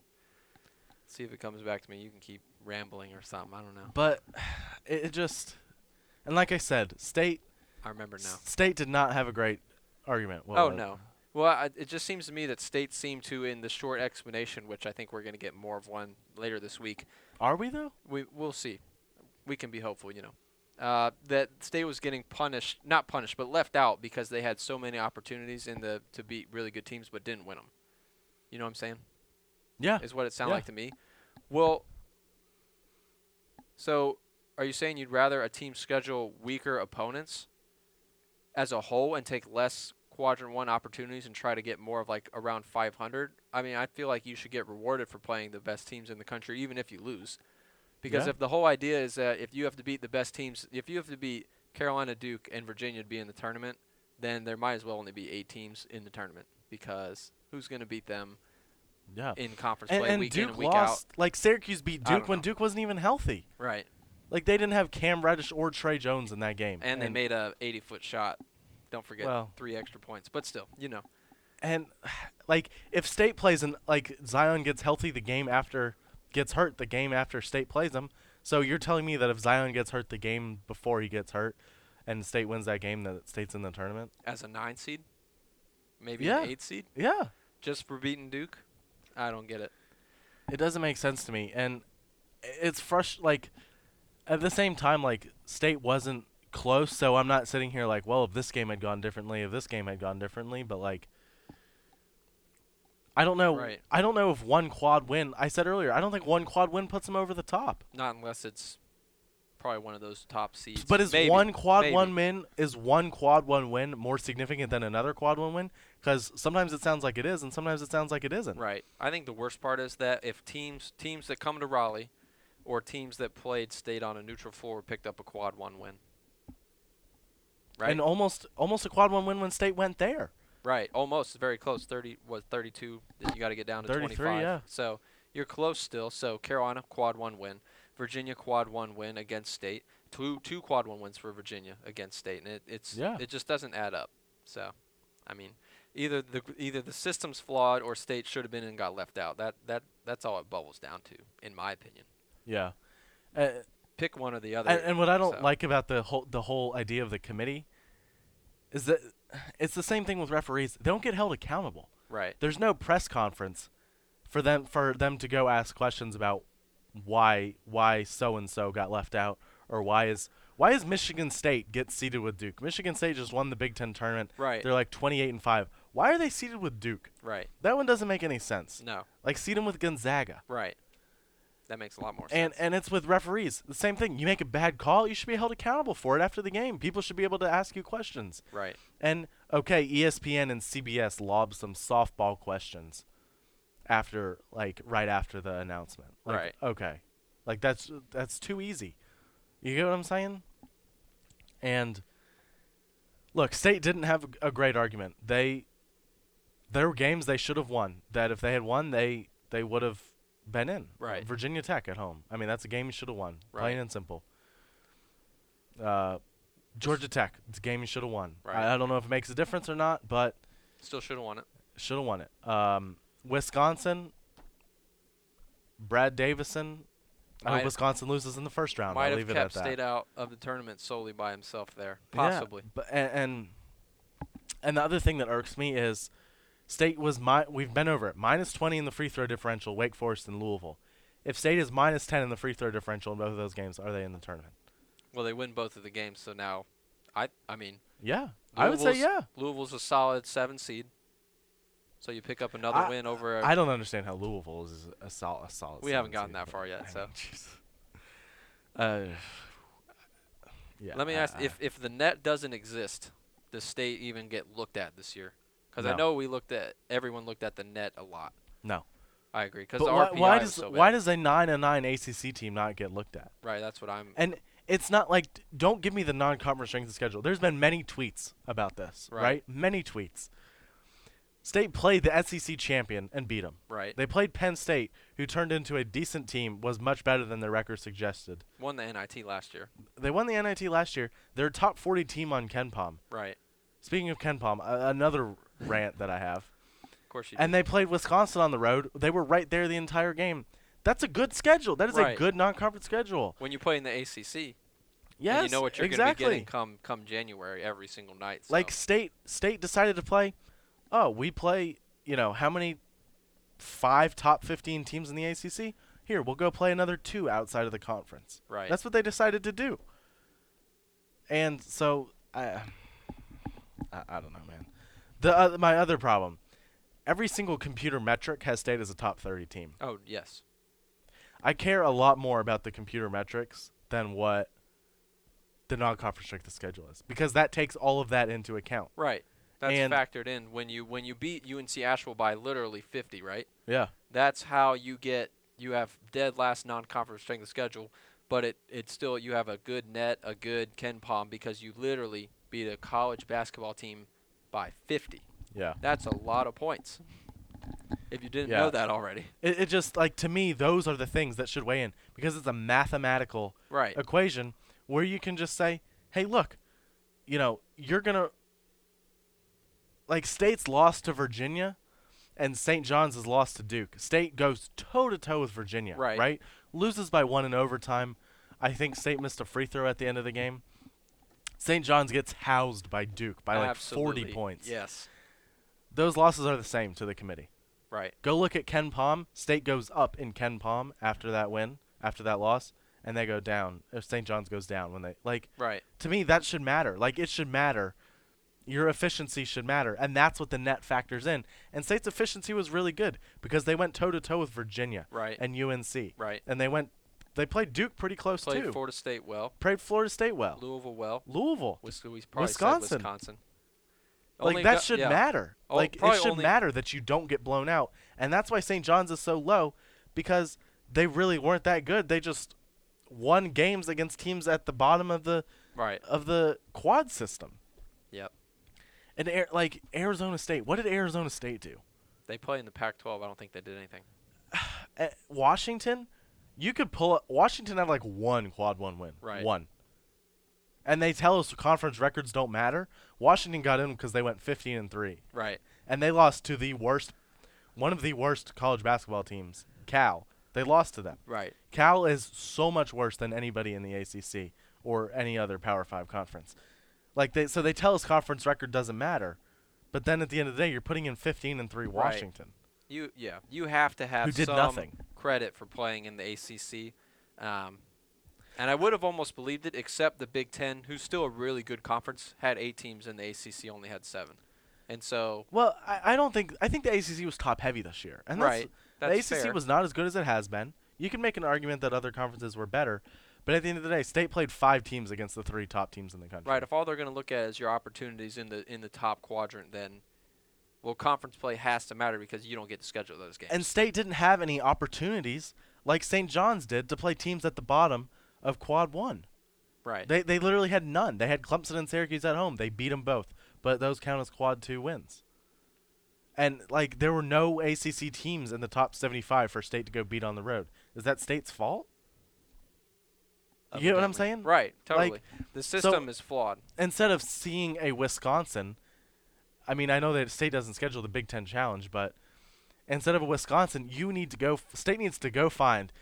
[SPEAKER 3] see if it comes back to me. You can keep rambling or something. I don't know.
[SPEAKER 2] But it, it just, and like I said, state
[SPEAKER 3] I remember now.
[SPEAKER 2] state did not have a great argument. Well,
[SPEAKER 3] Oh
[SPEAKER 2] uh,
[SPEAKER 3] no. Well, I, it just seems to me that states seem to, in the short explanation, which I think we're going to get more of one later this week.
[SPEAKER 2] are we though?
[SPEAKER 3] We we'll see. We can be hopeful, you know. Uh, that state was getting punished, not punished, but left out because they had so many opportunities in the to beat really good teams, but didn't win them. You know what I'm saying?
[SPEAKER 2] Yeah,
[SPEAKER 3] Is what it sounded
[SPEAKER 2] Yeah.
[SPEAKER 3] like to me. Well, so are you saying you'd rather a team schedule weaker opponents as a whole and take less quadrant one opportunities and try to get more of like around 500? I mean, I feel like you should get rewarded for playing the best teams in the country, even if you lose. Because
[SPEAKER 2] Yeah.
[SPEAKER 3] if the whole idea is that if you have to beat the best teams, if you have to beat Carolina, Duke, and Virginia to be in the tournament, then there might as well only be eight teams in the tournament because who's going to beat them
[SPEAKER 2] yeah.
[SPEAKER 3] in conference
[SPEAKER 2] And,
[SPEAKER 3] play
[SPEAKER 2] and
[SPEAKER 3] week in
[SPEAKER 2] Duke
[SPEAKER 3] and week
[SPEAKER 2] lost. Like Syracuse beat
[SPEAKER 3] I don't
[SPEAKER 2] Duke when
[SPEAKER 3] know.
[SPEAKER 2] Duke wasn't even healthy.
[SPEAKER 3] out? Right.
[SPEAKER 2] Like they didn't have Cam Reddish or Trey Jones in that game.
[SPEAKER 3] and they made a 80 foot shot. Don't forget
[SPEAKER 2] Well.
[SPEAKER 3] three extra points, but still, you know,
[SPEAKER 2] and like if State plays and like Zion gets healthy, the game after gets hurt, the game after State plays him. So you're telling me that if Zion gets hurt the game before he gets hurt, and State wins that game, that State's in the tournament.
[SPEAKER 3] as a nine seed, maybe
[SPEAKER 2] Yeah.
[SPEAKER 3] an eight seed,
[SPEAKER 2] Yeah.
[SPEAKER 3] just for beating Duke. I don't get it.
[SPEAKER 2] it doesn't make sense to me and it's fresh like at the same time like state wasn't close so i'm not sitting here like well if this game had gone differently if this game had gone differently but like i don't know
[SPEAKER 3] Right.
[SPEAKER 2] i don't know if one quad win i said earlier i don't think one quad win puts them over the top
[SPEAKER 3] Not unless it's probably one of those top seeds.
[SPEAKER 2] but is
[SPEAKER 3] Maybe,
[SPEAKER 2] one quad
[SPEAKER 3] maybe.
[SPEAKER 2] one win is one quad one win more significant than another quad one win because sometimes it sounds like it is and sometimes it sounds like it isn't
[SPEAKER 3] Right. I think the worst part is that if teams teams that come to Raleigh, or teams that played stayed on a neutral floor picked up a quad one win. Right.
[SPEAKER 2] and almost almost a quad one win when state went there
[SPEAKER 3] Right, almost very close. Thirty was thirty-two. That you got to get down to
[SPEAKER 2] 33,
[SPEAKER 3] twenty-five.
[SPEAKER 2] yeah.
[SPEAKER 3] So you're close still. So Carolina quad one win, Virginia quad one win against State. Two two quad one wins for Virginia against State, and it, it's
[SPEAKER 2] Yeah.
[SPEAKER 3] it just doesn't add up. So, I mean, either the either the system's flawed or State should have been and got left out. That that that's all it bubbles down to, in my opinion.
[SPEAKER 2] yeah uh,
[SPEAKER 3] Pick one or the other.
[SPEAKER 2] and, and what I don't
[SPEAKER 3] so.
[SPEAKER 2] like about the whole the whole idea of the committee is that it's the same thing with referees. They don't get held accountable.
[SPEAKER 3] Right.
[SPEAKER 2] There's no press conference for them for them to go ask questions about why why so and so got left out or why is why is Michigan State get seated with Duke? Michigan State just won the Big Ten tournament.
[SPEAKER 3] Right.
[SPEAKER 2] They're like 28 and five. Why are they seated with Duke?
[SPEAKER 3] Right.
[SPEAKER 2] That one doesn't make any sense.
[SPEAKER 3] No.
[SPEAKER 2] Like seat them with Gonzaga.
[SPEAKER 3] Right. That makes a lot more
[SPEAKER 2] And
[SPEAKER 3] sense.
[SPEAKER 2] and it's with referees. The same thing. You make a bad call, you should be held accountable for it after the game. People should be able to ask you questions.
[SPEAKER 3] right.
[SPEAKER 2] And okay, E ESPN and CBS lob some softball questions after like right after the announcement. Like,
[SPEAKER 3] Right.
[SPEAKER 2] Okay. Like that's that's too easy. You get what I'm saying? And look, State didn't have a great argument. They there were games they should have won that if they had won they they would have been in.
[SPEAKER 3] Right.
[SPEAKER 2] Virginia Tech at home. I mean that's a game you should have won. Plain
[SPEAKER 3] Right.
[SPEAKER 2] and simple. Uh Georgia Tech. It's a game you should have won.
[SPEAKER 3] Right.
[SPEAKER 2] I, I don't know if it makes a difference or not, but
[SPEAKER 3] Still should have won it.
[SPEAKER 2] should have won it. Um, Wisconsin. Brad Davison. I
[SPEAKER 3] Might-
[SPEAKER 2] hope Wisconsin loses in the first round.
[SPEAKER 3] Might
[SPEAKER 2] I'll
[SPEAKER 3] have
[SPEAKER 2] leave it
[SPEAKER 3] kept
[SPEAKER 2] at that.
[SPEAKER 3] State out of the tournament solely by himself there,
[SPEAKER 2] Yeah,
[SPEAKER 3] possibly.
[SPEAKER 2] but and, and and the other thing that irks me is State was my we've been over it minus twenty in the free throw differential. Wake Forest and Louisville. If State is minus ten in the free throw differential in both of those games, are they in the tournament?
[SPEAKER 3] Well, they win both of the games, so now, I I mean,
[SPEAKER 2] Yeah, I would say
[SPEAKER 3] Louisville's-
[SPEAKER 2] yeah.
[SPEAKER 3] Louisville's a solid seven seed, so you pick up another
[SPEAKER 2] I-
[SPEAKER 3] win over. a
[SPEAKER 2] I don't understand how Louisville is a solid. A solid
[SPEAKER 3] We haven't
[SPEAKER 2] seven
[SPEAKER 3] gotten
[SPEAKER 2] seed,
[SPEAKER 3] that
[SPEAKER 2] but
[SPEAKER 3] far yet,
[SPEAKER 2] I
[SPEAKER 3] so.
[SPEAKER 2] mean, jeez. Uh, Yeah.
[SPEAKER 3] Let me
[SPEAKER 2] I-
[SPEAKER 3] ask:
[SPEAKER 2] I-
[SPEAKER 3] if if the net doesn't exist, does state even get looked at this year? Because I
[SPEAKER 2] No.
[SPEAKER 3] know we looked at everyone looked at the net a lot.
[SPEAKER 2] no.
[SPEAKER 3] I agree. Because
[SPEAKER 2] But
[SPEAKER 3] the
[SPEAKER 2] why,
[SPEAKER 3] RPI
[SPEAKER 2] why
[SPEAKER 3] is
[SPEAKER 2] does
[SPEAKER 3] so bad.
[SPEAKER 2] why does a nine and nine ACC team not get looked at?
[SPEAKER 3] right? That's what I'm.
[SPEAKER 2] And it's not like d- don't give me the non-conference strength of schedule. There's been many tweets about this,
[SPEAKER 3] Right.
[SPEAKER 2] right? Many tweets. State played the SEC champion and beat them.
[SPEAKER 3] Right.
[SPEAKER 2] They played Penn State, who turned into a decent team, was much better than their record suggested.
[SPEAKER 3] Won the NIT last year.
[SPEAKER 2] They won the NIT last year. They're a top 40 team on Ken Palm.
[SPEAKER 3] Right.
[SPEAKER 2] Speaking of Ken Palm, a- another rant that I have.
[SPEAKER 3] Of course you.
[SPEAKER 2] And
[SPEAKER 3] did.
[SPEAKER 2] they played Wisconsin on the road. They were right there the entire game. That's a good schedule. That is
[SPEAKER 3] Right.
[SPEAKER 2] a good non-conference schedule.
[SPEAKER 3] when you play in the ACC,
[SPEAKER 2] Yes,
[SPEAKER 3] and you know what you're
[SPEAKER 2] exactly.
[SPEAKER 3] going to be getting come come January every single night. So.
[SPEAKER 2] Like state state decided to play. Oh, we play. You know how many five top fifteen teams in the ACC? Here, we'll go play another two outside of the conference.
[SPEAKER 3] Right.
[SPEAKER 2] That's what they decided to do. And so I, I, I don't know, man. The uh, my other problem. Every single computer metric has state as a top thirty team.
[SPEAKER 3] oh yes,
[SPEAKER 2] I care a lot more about the computer metrics than what the non-conference strength of schedule is because that takes all of that into account.
[SPEAKER 3] right. That's
[SPEAKER 2] And-
[SPEAKER 3] factored in when you when you beat UNC Asheville by literally 50, right?
[SPEAKER 2] Yeah.
[SPEAKER 3] That's how you get you have dead last non-conference strength of schedule, but it it's still you have a good net, a good Ken Palm because you literally beat a college basketball team by 50.
[SPEAKER 2] Yeah.
[SPEAKER 3] That's a lot of points. If you didn't
[SPEAKER 2] Yeah.
[SPEAKER 3] know that already,
[SPEAKER 2] It, it just like to me those are the things that should weigh in because it's a mathematical
[SPEAKER 3] right?
[SPEAKER 2] equation where you can just say, "Hey, look, you know, you're going to like states lost to Virginia and St. John's is lost to Duke. State goes toe to toe with Virginia,
[SPEAKER 3] Right.
[SPEAKER 2] right? Loses by one in overtime. I think State missed a free throw at the end of the game. St. John's gets housed by Duke by like
[SPEAKER 3] Absolutely.
[SPEAKER 2] 40 points.
[SPEAKER 3] Yes,
[SPEAKER 2] Those losses are the same to the committee.
[SPEAKER 3] right.
[SPEAKER 2] Go look at Ken Palm. State goes up in Ken Palm after that win, after that loss, and they go down. If St. John's goes down when they like
[SPEAKER 3] Right.
[SPEAKER 2] to me that should matter. Like it should matter. Your efficiency should matter, and that's what the net factors in. And State's efficiency was really good because they went toe to toe with Virginia
[SPEAKER 3] Right.
[SPEAKER 2] and UNC.
[SPEAKER 3] Right.
[SPEAKER 2] And they went they played Duke pretty close
[SPEAKER 3] Played
[SPEAKER 2] too.
[SPEAKER 3] Florida State well,
[SPEAKER 2] played Florida State well.
[SPEAKER 3] Louisville well,
[SPEAKER 2] Louisville.
[SPEAKER 3] Wis- we probably said
[SPEAKER 2] Wisconsin.
[SPEAKER 3] Wisconsin.
[SPEAKER 2] Like
[SPEAKER 3] Only
[SPEAKER 2] that
[SPEAKER 3] go-
[SPEAKER 2] should
[SPEAKER 3] yeah.
[SPEAKER 2] matter.
[SPEAKER 3] Oh,
[SPEAKER 2] like it
[SPEAKER 3] probably
[SPEAKER 2] should
[SPEAKER 3] only-
[SPEAKER 2] matter that you don't get blown out, and that's why St. John's is so low because they really weren't that good. They just won games against teams at the bottom of the
[SPEAKER 3] Right.
[SPEAKER 2] of the quad system.
[SPEAKER 3] Yep.
[SPEAKER 2] And Ar- like Arizona State, what did Arizona State do?
[SPEAKER 3] They play in the Pac-12. I don't think they did anything.
[SPEAKER 2] At Washington, you could pull up, Washington had like one quad one win,
[SPEAKER 3] Right.
[SPEAKER 2] One. And they tell us conference records don't matter. Washington got in because they went 15 and three.
[SPEAKER 3] Right.
[SPEAKER 2] and they lost to the worst, one of the worst college basketball teams, Cal. They lost to them.
[SPEAKER 3] Right.
[SPEAKER 2] Cal is so much worse than anybody in the ACC or any other Power Five conference. Like they, so they tell us conference record doesn't matter, but then at the end of the day, you're putting in 15 and three
[SPEAKER 3] Right.
[SPEAKER 2] Washington.
[SPEAKER 3] You yeah. You have to have
[SPEAKER 2] Who did
[SPEAKER 3] some
[SPEAKER 2] nothing.
[SPEAKER 3] credit for playing in the ACC. Um, and I would have almost believed it, except the Big Ten, who's still a really good conference, had eight teams, and the ACC only had seven. And so
[SPEAKER 2] Well, I, I don't think I think the ACC was top heavy this year, and that's,
[SPEAKER 3] Right. That's
[SPEAKER 2] the ACC
[SPEAKER 3] fair.
[SPEAKER 2] was not as good as it has been. You can make an argument that other conferences were better, but at the end of the day, State played five teams against the three top teams in the country.
[SPEAKER 3] right, if all they're going to look at is your opportunities in the in the top quadrant, then well, conference play has to matter because you don't get to schedule those games.
[SPEAKER 2] and State didn't have any opportunities like St. John's did to play teams at the bottom of Quad One.
[SPEAKER 3] right.
[SPEAKER 2] They they literally had none. They had Clemson and Syracuse at home. They beat them both, but those count as Quad Two wins. And like there were no ACC teams in the top 75 for State to go beat on the road. Is that State's fault? You get what I'm
[SPEAKER 3] Evidently.
[SPEAKER 2] saying?
[SPEAKER 3] Right. Totally.
[SPEAKER 2] Like,
[SPEAKER 3] the
[SPEAKER 2] so-
[SPEAKER 3] system is flawed.
[SPEAKER 2] Instead of seeing a Wisconsin, I mean I know that State doesn't schedule the Big Ten Challenge, but instead of a Wisconsin, you need to go. State needs to go find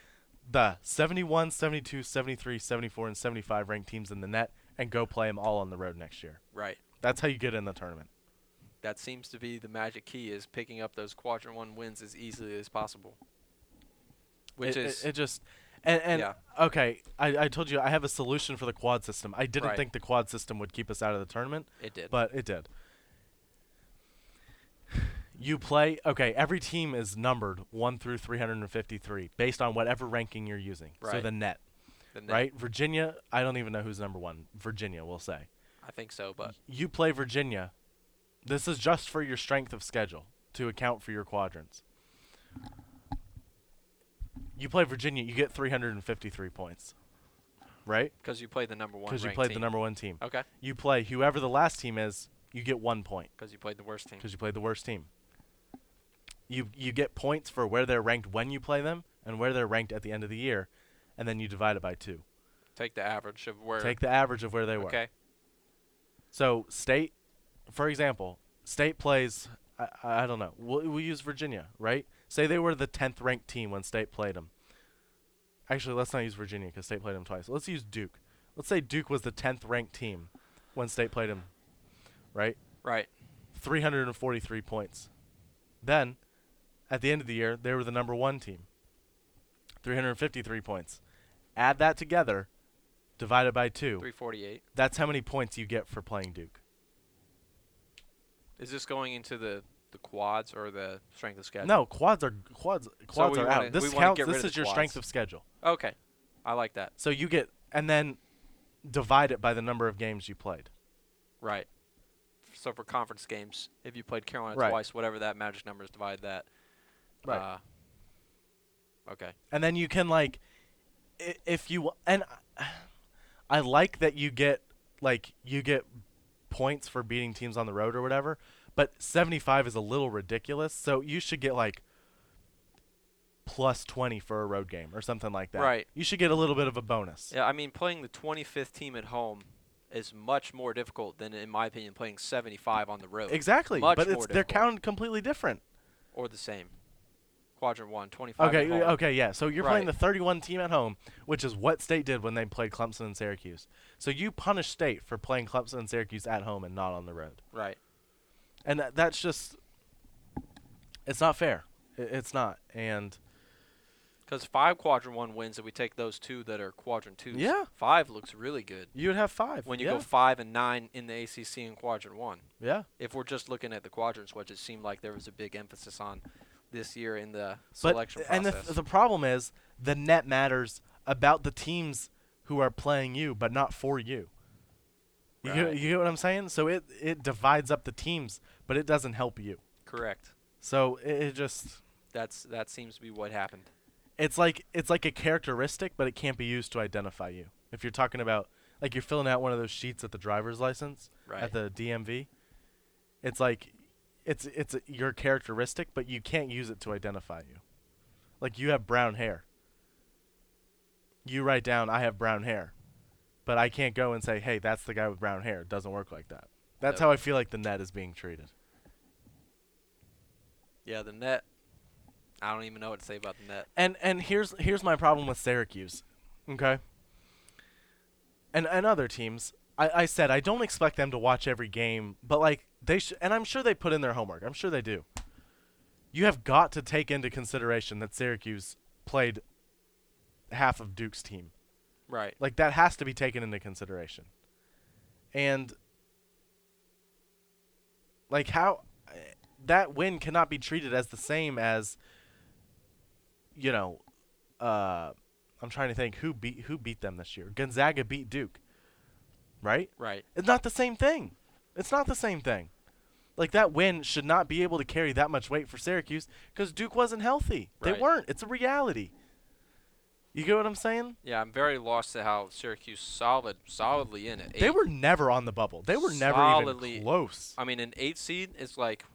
[SPEAKER 2] the 71, 72, 73, 74, and 75 ranked teams in the net and go play them all on the road next year.
[SPEAKER 3] Right.
[SPEAKER 2] That's how you get in the tournament.
[SPEAKER 3] That seems to be the magic key is picking up those quadrant one wins as easily as possible. Which
[SPEAKER 2] It- it-
[SPEAKER 3] is
[SPEAKER 2] it, just and, and
[SPEAKER 3] Yeah.
[SPEAKER 2] okay. I, I told you I have a solution for the quad system. I didn't
[SPEAKER 3] Right.
[SPEAKER 2] think the quad system would keep us out of the tournament,
[SPEAKER 3] It did.
[SPEAKER 2] but it did. You play okay. Every team is numbered one through 353 based on whatever ranking you're using. So
[SPEAKER 3] Right.
[SPEAKER 2] the net.
[SPEAKER 3] Then they-
[SPEAKER 2] right? Virginia, I don't even know who's number one. Virginia, we'll say.
[SPEAKER 3] I think so, but
[SPEAKER 2] You play Virginia. This is just for your strength of schedule to account for your quadrants. You play Virginia, you get 353 points, right?
[SPEAKER 3] because you played the number one.
[SPEAKER 2] Because you
[SPEAKER 3] ranked
[SPEAKER 2] played the
[SPEAKER 3] team. Oh.
[SPEAKER 2] number one team.
[SPEAKER 3] Okay.
[SPEAKER 2] You play whoever the last team is, you get one point
[SPEAKER 3] Because you played the worst team.
[SPEAKER 2] because you played the worst team. You you get points for where they're ranked when you play them and where they're ranked at the end of the year, and then you divide it by two.
[SPEAKER 3] Take the average of where.
[SPEAKER 2] Take the average of where they were.
[SPEAKER 3] Okay.
[SPEAKER 2] So state, for example, state plays. I, I don't know. We'll, we'll use Virginia, right? Say they were the tenth ranked team when state played them. Actually, let's not use Virginia because state played them twice. Let's use Duke. Let's say Duke was the tenth ranked team when state played them, right?
[SPEAKER 3] Right.
[SPEAKER 2] 343 points. Then, at the end of the year, they were the number one team. 353 points. Add that together, divide it by two.
[SPEAKER 3] 348.
[SPEAKER 2] That's how many points you get for playing Duke.
[SPEAKER 3] Is this going into the the quads or the strength of schedule?
[SPEAKER 2] No, quads are quads. Quads
[SPEAKER 3] we
[SPEAKER 2] are
[SPEAKER 3] wanna-
[SPEAKER 2] out. This
[SPEAKER 3] we wanna
[SPEAKER 2] counts.
[SPEAKER 3] get rid
[SPEAKER 2] This
[SPEAKER 3] of
[SPEAKER 2] is
[SPEAKER 3] the
[SPEAKER 2] your
[SPEAKER 3] quads.
[SPEAKER 2] strength of schedule.
[SPEAKER 3] Okay. I like that.
[SPEAKER 2] So you get and then divide it by the number of games you played.
[SPEAKER 3] Right. So for conference games, if you played Carolina
[SPEAKER 2] Right.
[SPEAKER 3] twice, whatever that magic number is, divide that.
[SPEAKER 2] Right.
[SPEAKER 3] Uh, okay.
[SPEAKER 2] and then you can like i- if you and I- i like that you get like you get points for beating teams on the road or whatever but 75 is a little ridiculous so you should get like plus 20 for a road game or something like that
[SPEAKER 3] Right.
[SPEAKER 2] you should get a little bit of a bonus
[SPEAKER 3] Yeah, I mean, playing the 25th team at home is much more difficult than, in my opinion, playing 75 on the road.
[SPEAKER 2] exactly
[SPEAKER 3] Much
[SPEAKER 2] but
[SPEAKER 3] more
[SPEAKER 2] it's they're
[SPEAKER 3] difficult.
[SPEAKER 2] counted completely different
[SPEAKER 3] Or the same. Quadrant one, 25
[SPEAKER 2] okay
[SPEAKER 3] at home.
[SPEAKER 2] okay yeah so you're playing
[SPEAKER 3] Right.
[SPEAKER 2] the 31 team at home which is what state did when they played clemson and syracuse so you punish state for playing clemson and syracuse at home and not on the road
[SPEAKER 3] Right.
[SPEAKER 2] and tha- that's just it's not fair I- it's not and
[SPEAKER 3] Because five quadrant one wins, if we take those two that are quadrant twos,
[SPEAKER 2] Yeah.
[SPEAKER 3] five looks really good.
[SPEAKER 2] you would have five
[SPEAKER 3] When you
[SPEAKER 2] yeah.
[SPEAKER 3] go five and nine in the ACC in quadrant one,
[SPEAKER 2] yeah
[SPEAKER 3] if we're just looking at the quadrants, which it seemed like there was a big emphasis on this year in the
[SPEAKER 2] but
[SPEAKER 3] selection
[SPEAKER 2] and the,
[SPEAKER 3] process.
[SPEAKER 2] th- the problem is the net matters about the teams who are playing you but not for you you,
[SPEAKER 3] Right.
[SPEAKER 2] get, you get what i'm saying so it it divides up the teams but it doesn't help you
[SPEAKER 3] Correct.
[SPEAKER 2] so it, it just
[SPEAKER 3] That's that seems to be what happened.
[SPEAKER 2] it's like it's like a characteristic but it can't be used to identify you if you're talking about like you're filling out one of those sheets at the driver's license
[SPEAKER 3] Right.
[SPEAKER 2] at the DMV. It's like it's it's your characteristic, but you can't use it to identify you. Like you have brown hair. You write down I have brown hair. But I can't go and say, "Hey, that's the guy with brown hair." It doesn't work like that. That's
[SPEAKER 3] No.
[SPEAKER 2] how I feel like the net is being treated.
[SPEAKER 3] yeah, the net. I don't even know what to say about the net.
[SPEAKER 2] And and here's here's my problem with Syracuse. Okay. And and other teams. I, I said I don't expect them to watch every game, but like they should and I'm sure they put in their homework. I'm sure they do. You have got to take into consideration that Syracuse played half of Duke's team.
[SPEAKER 3] Right.
[SPEAKER 2] Like that has to be taken into consideration. And like how that win cannot be treated as the same as you know uh I'm trying to think who beat who beat them this year. Gonzaga beat Duke. Right?
[SPEAKER 3] Right.
[SPEAKER 2] It's not the same thing. It's not the same thing. Like that win should not be able to carry that much weight for Syracuse cuz Duke wasn't healthy. They
[SPEAKER 3] Right.
[SPEAKER 2] weren't. It's a reality. You get what I'm saying?
[SPEAKER 3] Yeah, I'm very lost to how Syracuse solid solidly in it.
[SPEAKER 2] They
[SPEAKER 3] Eight-
[SPEAKER 2] were never on the bubble. They were never
[SPEAKER 3] Solidly-
[SPEAKER 2] even close.
[SPEAKER 3] I mean, an eight seed is like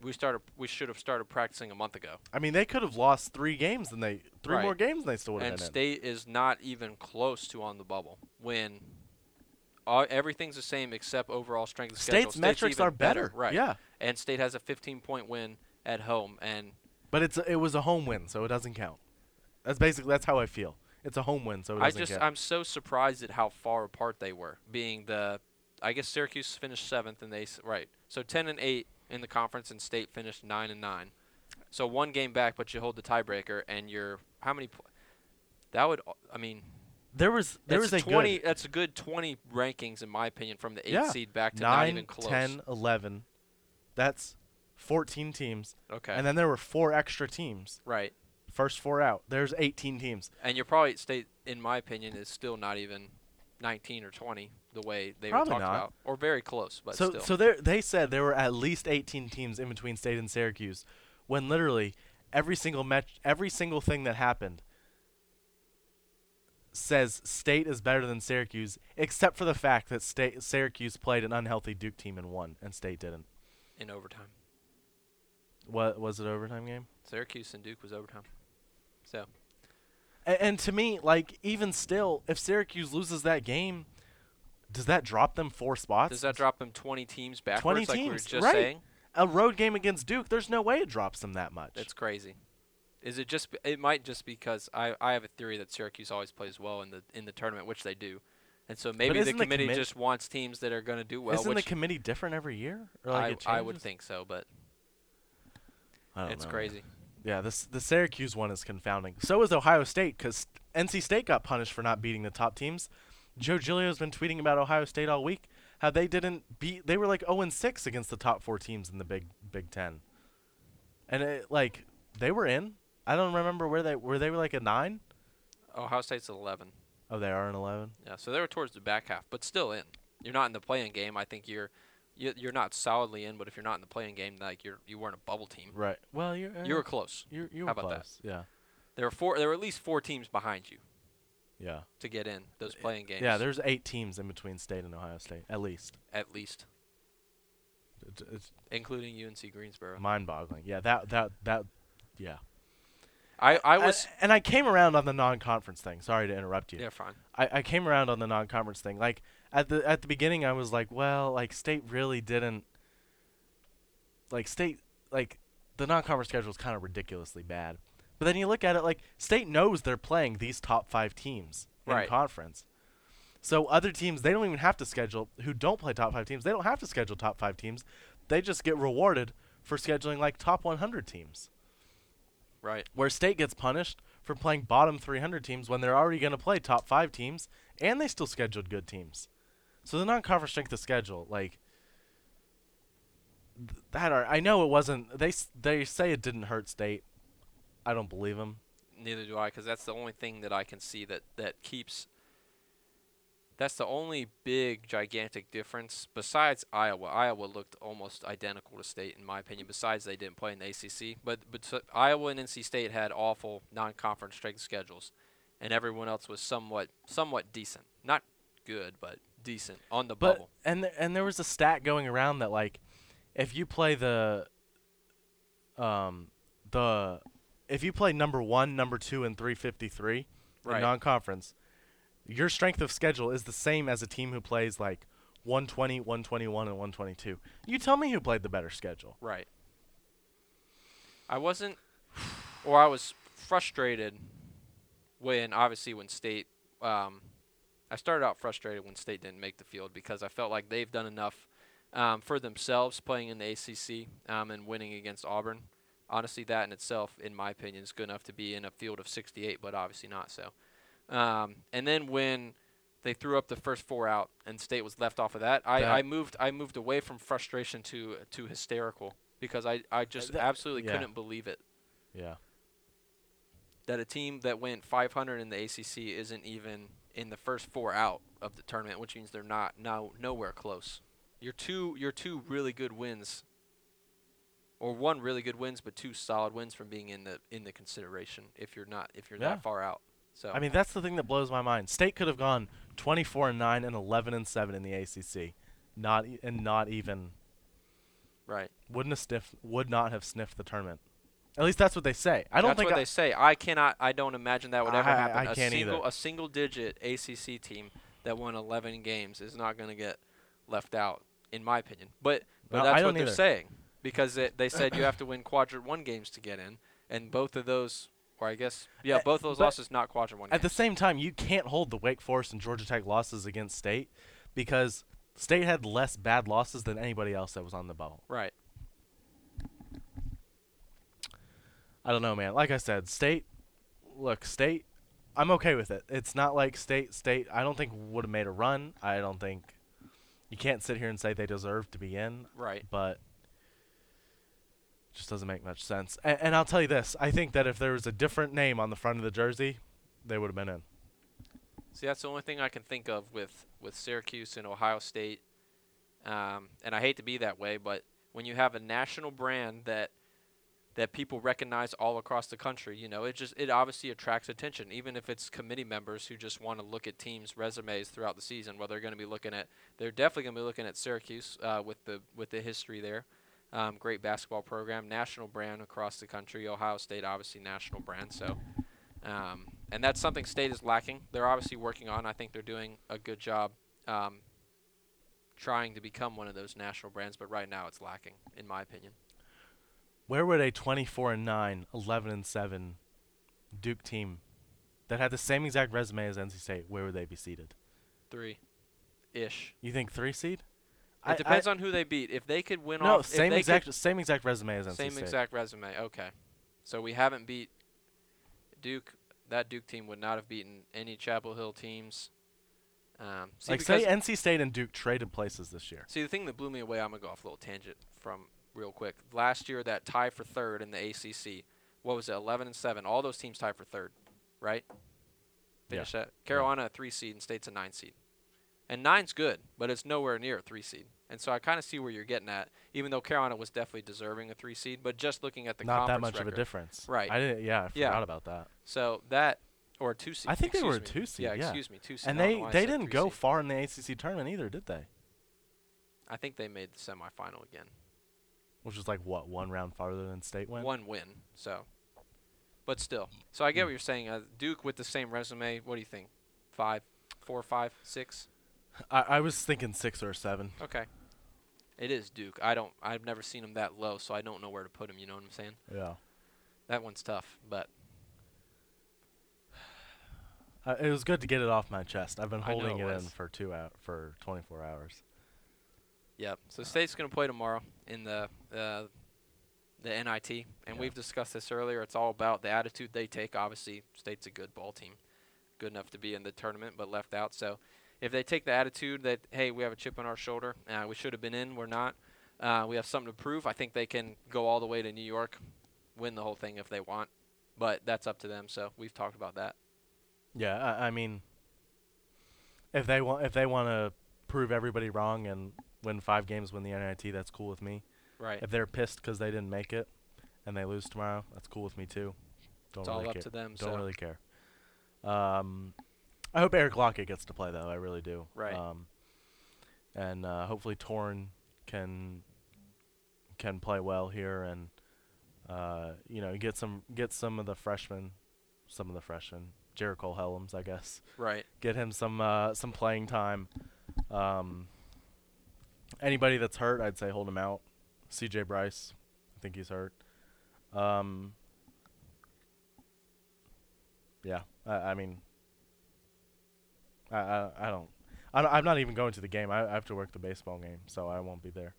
[SPEAKER 3] we started. We should have started practicing a month ago.
[SPEAKER 2] I mean, they could have lost three games and they three
[SPEAKER 3] Right.
[SPEAKER 2] more games and they still would have
[SPEAKER 3] And
[SPEAKER 2] been in.
[SPEAKER 3] state is not even close to on the bubble when all, everything's the same except overall strength. Of schedule.
[SPEAKER 2] State's metrics
[SPEAKER 3] even
[SPEAKER 2] are better,
[SPEAKER 3] right?
[SPEAKER 2] yeah.
[SPEAKER 3] And state has a 15 point win at home, and
[SPEAKER 2] But it's a, it was a home win, so it doesn't count. That's basically that's how I feel. It's a home win, so it
[SPEAKER 3] I
[SPEAKER 2] doesn't
[SPEAKER 3] just
[SPEAKER 2] count.
[SPEAKER 3] I'm so surprised at how far apart they were. Being the, I guess Syracuse finished seventh and they s- right. So 10 and eight in the conference, and state finished nine and nine. So one game back, but you hold the tiebreaker, and you're how many? Pl- that would I mean
[SPEAKER 2] there was there was
[SPEAKER 3] that's
[SPEAKER 2] a
[SPEAKER 3] 20.
[SPEAKER 2] good
[SPEAKER 3] That's a good 20 rankings in my opinion from the eight
[SPEAKER 2] Yeah.
[SPEAKER 3] seed back to not
[SPEAKER 2] nine,
[SPEAKER 3] even close.
[SPEAKER 2] 10, 11. That's 14 teams,
[SPEAKER 3] okay.
[SPEAKER 2] and then there were four extra teams.
[SPEAKER 3] right.
[SPEAKER 2] First four out. There's 18 teams.
[SPEAKER 3] And you're probably state, in my opinion, is still not even 19 or 20 the way they
[SPEAKER 2] Probably
[SPEAKER 3] were talked
[SPEAKER 2] not.
[SPEAKER 3] about, or very close, but
[SPEAKER 2] so
[SPEAKER 3] still.
[SPEAKER 2] so there they said there were at least 18 teams in between state and Syracuse, when literally every single match, every single thing that happened says state is better than Syracuse, except for the fact that state Syracuse played an unhealthy Duke team and won, and state didn't.
[SPEAKER 3] in overtime,
[SPEAKER 2] What was it overtime game?
[SPEAKER 3] Syracuse and Duke was overtime. So
[SPEAKER 2] And, and to me, like even still, if Syracuse loses that game, does that drop them four spots?
[SPEAKER 3] does that drop them 20 teams backwards?
[SPEAKER 2] 20
[SPEAKER 3] like we were
[SPEAKER 2] teams,
[SPEAKER 3] just
[SPEAKER 2] right.
[SPEAKER 3] saying.
[SPEAKER 2] a road game against Duke? There's no way it drops them that much.
[SPEAKER 3] That's crazy. Is it just? b- It might just because I, I have a theory that Syracuse always plays well in the in the tournament, which they do, and so maybe the
[SPEAKER 2] isn't the
[SPEAKER 3] committee
[SPEAKER 2] commit-
[SPEAKER 3] just wants teams that are going to do well.
[SPEAKER 2] Isn't the
[SPEAKER 3] which
[SPEAKER 2] committee different every year? Or
[SPEAKER 3] I,
[SPEAKER 2] like it
[SPEAKER 3] I would
[SPEAKER 2] changes?
[SPEAKER 3] think so, but
[SPEAKER 2] I don't
[SPEAKER 3] it's
[SPEAKER 2] know.
[SPEAKER 3] crazy.
[SPEAKER 2] Yeah, this the Syracuse one is confounding. So is Ohio State because NC State got punished for not beating the top teams. Joe Gilio's been tweeting about Ohio State all week. How they didn't beat they were like 0 and 6 against the top 4 teams in the Big Big 10. And it, like they were in. I don't remember where they were they were like a 9?
[SPEAKER 3] Ohio State's 11.
[SPEAKER 2] Oh, they are an 11.
[SPEAKER 3] Yeah, so they were towards the back half, but still in. You're not in the playing game. I think you're you- you're not solidly in, but if you're not in the playing game, like you're you weren't a bubble team.
[SPEAKER 2] Right. Well, you
[SPEAKER 3] You were close.
[SPEAKER 2] you you were
[SPEAKER 3] how about that?
[SPEAKER 2] close. Yeah.
[SPEAKER 3] There were four. There were at least four teams behind you
[SPEAKER 2] Yeah.
[SPEAKER 3] to get in those playing games.
[SPEAKER 2] Yeah, there's 8 teams in between State and Ohio State at least.
[SPEAKER 3] at least,
[SPEAKER 2] It's- it's
[SPEAKER 3] including UNC Greensboro.
[SPEAKER 2] mind-boggling. Yeah, that that that yeah.
[SPEAKER 3] I I
[SPEAKER 2] I-
[SPEAKER 3] was
[SPEAKER 2] and I came around on the non-conference thing. Sorry to interrupt you.
[SPEAKER 3] yeah fine.
[SPEAKER 2] I, I came around on the non-conference thing. Like at the at the beginning, I was like, well, like state really didn't. Like state, like the non-conference schedule is kind of ridiculously bad. But then you look at it, like state knows they're playing these top five teams
[SPEAKER 3] Right.
[SPEAKER 2] in conference. So other teams they don't even have to schedule who don't play top five teams. They don't have to schedule top five teams. They just get rewarded for scheduling like top 100 teams
[SPEAKER 3] Right.
[SPEAKER 2] where state gets punished for playing bottom 300 teams when they're already going to play top five teams and they still scheduled good teams so the non-conference strength of schedule like th- that are i know it wasn't they s- they say it didn't hurt state i don't believe them
[SPEAKER 3] Neither do I, because that's the only thing that I can see that that keeps. That's the only big gigantic difference besides Iowa. Iowa looked almost identical to State in my opinion. Besides they didn't play in the ACC, but but so- Iowa and NC State had awful non-conference strength schedules, and everyone else was somewhat somewhat decent, not good, but decent on the
[SPEAKER 2] but
[SPEAKER 3] bubble.
[SPEAKER 2] and th- and there was a stat going around that like if you play the um the if you play number 1 number 2 and 353
[SPEAKER 3] Right.
[SPEAKER 2] in non-conference your strength of schedule is the same as a team who plays like 120 121 and 122 you tell me who played the better schedule
[SPEAKER 3] Right. I wasn't, or I was frustrated when obviously when State, um, I started out frustrated when State didn't make the field because I felt like they've done enough um, for themselves playing in the ACC um, and winning against Auburn. Honestly, that in itself, in my opinion, is good enough to be in a field of 68, but obviously not so. Um, and then when they threw up the first four out and State was left off of that, I,
[SPEAKER 2] That-
[SPEAKER 3] I moved I moved away from frustration to to hysterical because I, I just
[SPEAKER 2] that-
[SPEAKER 3] absolutely
[SPEAKER 2] yeah.
[SPEAKER 3] couldn't believe it
[SPEAKER 2] yeah
[SPEAKER 3] that a team that went 500 in the ACC isn't even in the first four out of the tournament, which means they're not now nowhere close. Your two your two really good wins, or one really good wins, but two solid wins from being in the in the consideration if you're not if you're
[SPEAKER 2] Yeah.
[SPEAKER 3] that far out. So
[SPEAKER 2] i mean that's the thing that blows my mind state could have gone 24 and 9 and 11 and 7 in the ACC not e- and not even
[SPEAKER 3] right.
[SPEAKER 2] wouldn't have sniff would not have sniffed the tournament at least that's what they say i don't
[SPEAKER 3] That's
[SPEAKER 2] think
[SPEAKER 3] what
[SPEAKER 2] I-
[SPEAKER 3] they say. I cannot. I don't imagine that would ever
[SPEAKER 2] I- I-
[SPEAKER 3] happen.
[SPEAKER 2] I
[SPEAKER 3] A
[SPEAKER 2] can't either.
[SPEAKER 3] single a single digit ACC team that won 11 games is not going to get left out, in my opinion. But but
[SPEAKER 2] No, I
[SPEAKER 3] that's what
[SPEAKER 2] don't
[SPEAKER 3] they're
[SPEAKER 2] either.
[SPEAKER 3] saying because they, they said you have to win quadrant one games to get in, and both of those, or I guess yeah,
[SPEAKER 2] Uh,
[SPEAKER 3] both of those
[SPEAKER 2] but
[SPEAKER 3] losses not quadrant one.
[SPEAKER 2] At the
[SPEAKER 3] games.
[SPEAKER 2] same time, you can't hold the Wake Forest and Georgia Tech losses against State because State had less bad losses than anybody else that was on the bubble.
[SPEAKER 3] right.
[SPEAKER 2] I don't know, man. Like I said, State, look, State, I'm okay with it. It's not like State, State, I don't think would have made a run. I don't think you can't sit here and say they deserve to be in,
[SPEAKER 3] Right.
[SPEAKER 2] but Just doesn't make much sense. And, and I'll tell you this: I think that if there was a different name on the front of the jersey, they would have been in.
[SPEAKER 3] See, that's the only thing I can think of with with Syracuse and Ohio State. Um, and I hate to be that way, but when you have a national brand that that people recognize all across the country, you know, it just it obviously attracts attention, even if it's committee members who just want to look at teams' resumes throughout the season. Well, they're going to be looking at they're definitely going to be looking at Syracuse uh, with the with the history there. Um, great basketball program, national brand across the country. Ohio State, obviously, national brand. So, um, and that's something state is lacking. They're obviously working on. I think they're doing a good job um, trying to become one of those national brands, but right now it's lacking, in my opinion.
[SPEAKER 2] Where would a 24 and 9, 11 and 7 Duke team that had the same exact resume as NC State, where would they be seated?
[SPEAKER 3] Three, ish.
[SPEAKER 2] You think three seed?
[SPEAKER 3] It depends on who they beat. If they could win
[SPEAKER 2] No,
[SPEAKER 3] off, if
[SPEAKER 2] same
[SPEAKER 3] they
[SPEAKER 2] exact same exact resume as
[SPEAKER 3] could,
[SPEAKER 2] NC
[SPEAKER 3] same
[SPEAKER 2] State.
[SPEAKER 3] exact resume. Okay, so we haven't beat Duke. That Duke team would not have beaten any Chapel Hill teams. Um, see,
[SPEAKER 2] like
[SPEAKER 3] because-
[SPEAKER 2] say NC State and Duke traded places this year.
[SPEAKER 3] See, the thing that blew me away, I'm going to go off a little tangent from real quick. Last year, that tie for third in the ACC, what was it, 11 and 7? All those teams tied for third, right? Finish that. Carolina, a three seed, and State's a nine seed. And nine's good, but it's nowhere near a three seed. And so I kind of see where you're getting at, even though Carolina was definitely deserving a three seed, but just looking at the
[SPEAKER 2] Not that
[SPEAKER 3] conference
[SPEAKER 2] much of a
[SPEAKER 3] record.
[SPEAKER 2] difference.
[SPEAKER 3] Right.
[SPEAKER 2] I didn't yeah, I
[SPEAKER 3] Yeah.
[SPEAKER 2] forgot about that.
[SPEAKER 3] So that, or a two seed.
[SPEAKER 2] I think they were
[SPEAKER 3] excuse
[SPEAKER 2] a
[SPEAKER 3] me.
[SPEAKER 2] two seed,
[SPEAKER 3] Yeah,
[SPEAKER 2] yeah.
[SPEAKER 3] excuse me, two seed.
[SPEAKER 2] And
[SPEAKER 3] I don't know
[SPEAKER 2] they
[SPEAKER 3] why I
[SPEAKER 2] they
[SPEAKER 3] said
[SPEAKER 2] didn't
[SPEAKER 3] three
[SPEAKER 2] go
[SPEAKER 3] seed.
[SPEAKER 2] far in the ACC tournament either, did they?
[SPEAKER 3] I think they made the semifinal again.
[SPEAKER 2] Which was like what, one round farther than State went?
[SPEAKER 3] one win. So, but still, so I get what you're saying. Uh, Duke with the same resume. What do you think? Five, four, five, six.
[SPEAKER 2] I, I was thinking six or seven.
[SPEAKER 3] Okay. It is Duke. I don't. I've never seen him that low, so I don't know where to put him. You know what I'm saying?
[SPEAKER 2] Yeah.
[SPEAKER 3] That one's tough. But
[SPEAKER 2] Uh, it was good to get it off my chest. I've been
[SPEAKER 3] I know
[SPEAKER 2] holding
[SPEAKER 3] it
[SPEAKER 2] it, in
[SPEAKER 3] was.
[SPEAKER 2] for two out for 24 hours.
[SPEAKER 3] yeah. So State's gonna play tomorrow in the uh, the NIT, and
[SPEAKER 2] Yeah.
[SPEAKER 3] we've discussed this earlier. It's all about the attitude they take. Obviously, State's a good ball team, good enough to be in the tournament, but left out. So if they take the attitude that hey, we have a chip on our shoulder, uh, we should have been in, we're not. Uh, we have something to prove. I think they can go all the way to New York, win the whole thing if they want, but that's up to them. So we've talked about that.
[SPEAKER 2] Yeah, I, I mean, if they want if they want to prove everybody wrong and win five games, win the NIT, that's cool with me.
[SPEAKER 3] Right.
[SPEAKER 2] If they're pissed because they didn't make it and they lose tomorrow, that's cool with me too. Don't
[SPEAKER 3] it's
[SPEAKER 2] really
[SPEAKER 3] all up
[SPEAKER 2] care.
[SPEAKER 3] to them.
[SPEAKER 2] Don't
[SPEAKER 3] so
[SPEAKER 2] really care. Um, I hope Eric Lockett gets to play though. I really do.
[SPEAKER 3] Right.
[SPEAKER 2] Um, and uh, hopefully Torn can can play well here and uh, you know get some get some of the freshmen, some of the freshmen, Jericho Helms, I guess,
[SPEAKER 3] right.
[SPEAKER 2] get him some uh, some playing time. Um, anybody that's hurt, I'd say hold him out. C.J. Bryce, I think he's hurt. Um, yeah, I, I mean, I, I I don't. I don't- I'm not even going to the game. I, I have to work the baseball game, so I won't be there.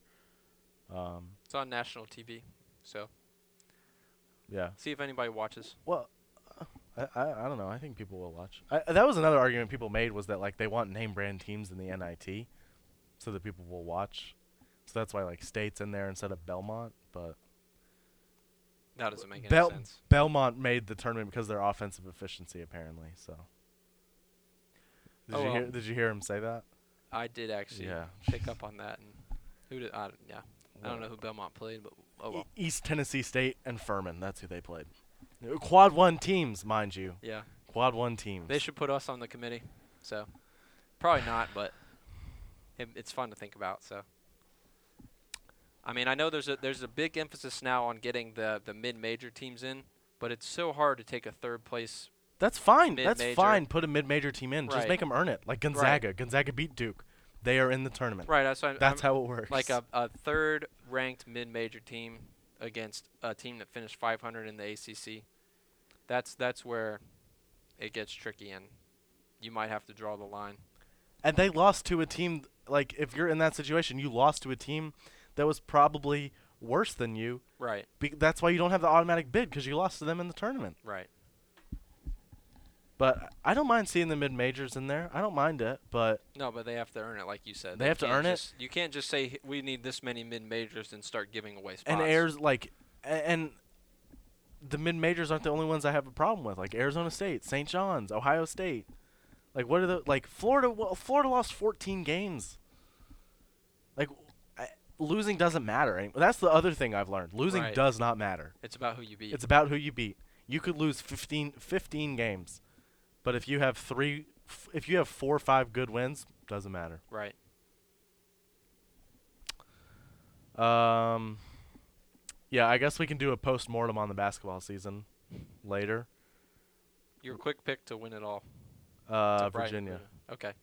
[SPEAKER 2] Um,
[SPEAKER 3] It's on national TV. So
[SPEAKER 2] yeah.
[SPEAKER 3] see if anybody watches.
[SPEAKER 2] Well, uh, I, I I don't know. I think people will watch. I, that was another argument people made was that like they want name brand teams in the NIT, so that people will watch. So that's why like states in there instead of Belmont, but
[SPEAKER 3] That doesn't make any
[SPEAKER 2] Bel-
[SPEAKER 3] sense.
[SPEAKER 2] Belmont made the tournament because of their offensive efficiency apparently. So. Did
[SPEAKER 3] Oh,
[SPEAKER 2] you
[SPEAKER 3] well.
[SPEAKER 2] hear? Did you hear him say that?
[SPEAKER 3] I did actually
[SPEAKER 2] Yeah.
[SPEAKER 3] pick up on that. And who did? I, don't- yeah, I don't know who Belmont played, but oh well.
[SPEAKER 2] E- East Tennessee State and Furman. That's who they played. Quad one teams, mind you.
[SPEAKER 3] Yeah,
[SPEAKER 2] Quad one teams.
[SPEAKER 3] they should put us on the committee. So probably not, but it, it's fun to think about. So I mean, I know there's a there's a big emphasis now on getting the the mid major teams in, but it's so hard to take a third place.
[SPEAKER 2] That's fine. That's
[SPEAKER 3] Mid-major.
[SPEAKER 2] fine. Put a mid-major team in. Just
[SPEAKER 3] Right.
[SPEAKER 2] make them earn it. Like Gonzaga. Gonzaga beat Duke. They are in the tournament.
[SPEAKER 3] Right. That's why I'm-
[SPEAKER 2] That's
[SPEAKER 3] I'm-
[SPEAKER 2] how it works.
[SPEAKER 3] like a a third ranked mid major team against a team that finished 500 in the ACC. That's that's where it gets tricky, and you might have to draw the line.
[SPEAKER 2] and they lost to a team like if you're in that situation, you lost to a team that was probably worse than you.
[SPEAKER 3] Right.
[SPEAKER 2] Be- that's why you don't have the automatic bid because you lost to them in the tournament.
[SPEAKER 3] Right.
[SPEAKER 2] But I don't mind seeing the mid-majors in there. I don't mind it, but
[SPEAKER 3] No, but they have to earn it, like you said.
[SPEAKER 2] They have to
[SPEAKER 3] can't
[SPEAKER 2] earn it.
[SPEAKER 3] just- You can't just say "H- we need this many mid majors and start giving away spots.
[SPEAKER 2] and airs like a- and the mid majors aren't the only ones I have a problem with. Like Arizona State, St. John's, Ohio State. Like what are the like Florida? Well, Florida lost 14 games. Like I, losing doesn't matter. any- That's the other thing I've learned. Losing
[SPEAKER 3] Right.
[SPEAKER 2] does not matter.
[SPEAKER 3] It's about who you beat.
[SPEAKER 2] It's about who you beat. You could lose 15, 15 games, but if you have three, f- if you have four or five good wins, doesn't matter.
[SPEAKER 3] right.
[SPEAKER 2] Um, yeah, I guess we can do a post mortem on the basketball season later.
[SPEAKER 3] Your quick pick to win it all.
[SPEAKER 2] Uh,
[SPEAKER 3] to Brighton,
[SPEAKER 2] Virginia.
[SPEAKER 3] Okay.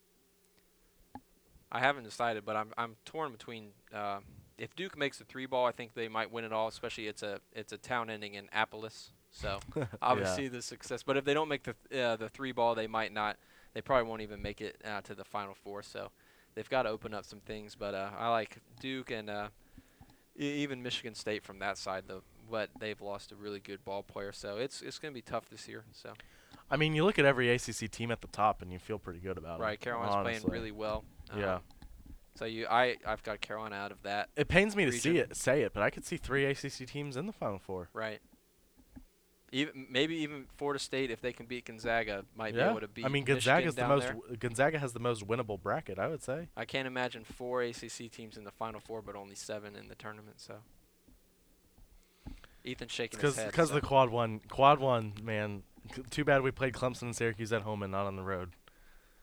[SPEAKER 3] I haven't decided, but I'm I'm torn between uh, if Duke makes the three ball, I think they might win it all. Especially it's a it's a town ending in Appolis, so obviously the success. But if they don't make the th- uh, the three ball, they might not. They probably won't even make it uh, to the final four. So they've got to open up some things. But uh, I like Duke and uh, e- even Michigan State from that side. Though, but they've lost a really good ball player, so it's it's going to be tough this year. So.
[SPEAKER 2] I mean, you look at every ACC team at the top, and you feel pretty good about it.
[SPEAKER 3] Right, Carolina's
[SPEAKER 2] honestly.
[SPEAKER 3] playing really well. Um,
[SPEAKER 2] Yeah.
[SPEAKER 3] So you, I, I've got Carolina out of that.
[SPEAKER 2] It pains me to see
[SPEAKER 3] region.
[SPEAKER 2] it, say it, but I could see three ACC teams in the Final Four.
[SPEAKER 3] Right. Even maybe even Florida State, if they can beat Gonzaga, might be
[SPEAKER 2] yeah,
[SPEAKER 3] able to beat.
[SPEAKER 2] I mean
[SPEAKER 3] Michigan
[SPEAKER 2] Gonzaga's the
[SPEAKER 3] down
[SPEAKER 2] most.
[SPEAKER 3] there.
[SPEAKER 2] w- Gonzaga has the most winnable bracket, I would say.
[SPEAKER 3] I can't imagine four ACC teams in the Final Four, but only seven in the tournament. So. Ethan shaking his
[SPEAKER 2] Because
[SPEAKER 3] head.
[SPEAKER 2] because
[SPEAKER 3] so-
[SPEAKER 2] the quad one, quad one, man. C- Too bad we played Clemson and Syracuse at home and not on the road.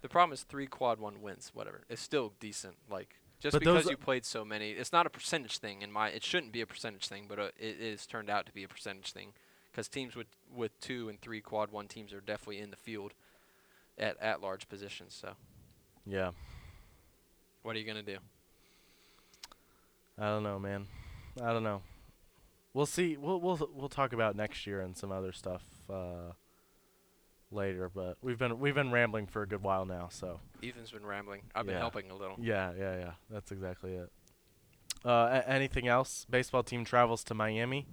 [SPEAKER 3] the problem is three quad one wins. Whatever, it's still decent. Like just
[SPEAKER 2] But
[SPEAKER 3] because
[SPEAKER 2] those-
[SPEAKER 3] you played so many, it's not a percentage thing. In my, it shouldn't be a percentage thing, but uh, it is turned out to be a percentage thing because teams with with two and three quad one teams are definitely in the field at at large positions. So
[SPEAKER 2] Yeah,
[SPEAKER 3] what are you gonna do?
[SPEAKER 2] I don't know, man. I don't know. We'll see. We'll we'll we'll talk about next year and some other stuff uh, later. But we've been we've been rambling for a good while now, so.
[SPEAKER 3] Ethan's been rambling. I've been
[SPEAKER 2] Yeah.
[SPEAKER 3] helping a little.
[SPEAKER 2] Yeah, yeah, yeah. That's exactly it. Uh, a- anything else? Baseball team travels to Miami.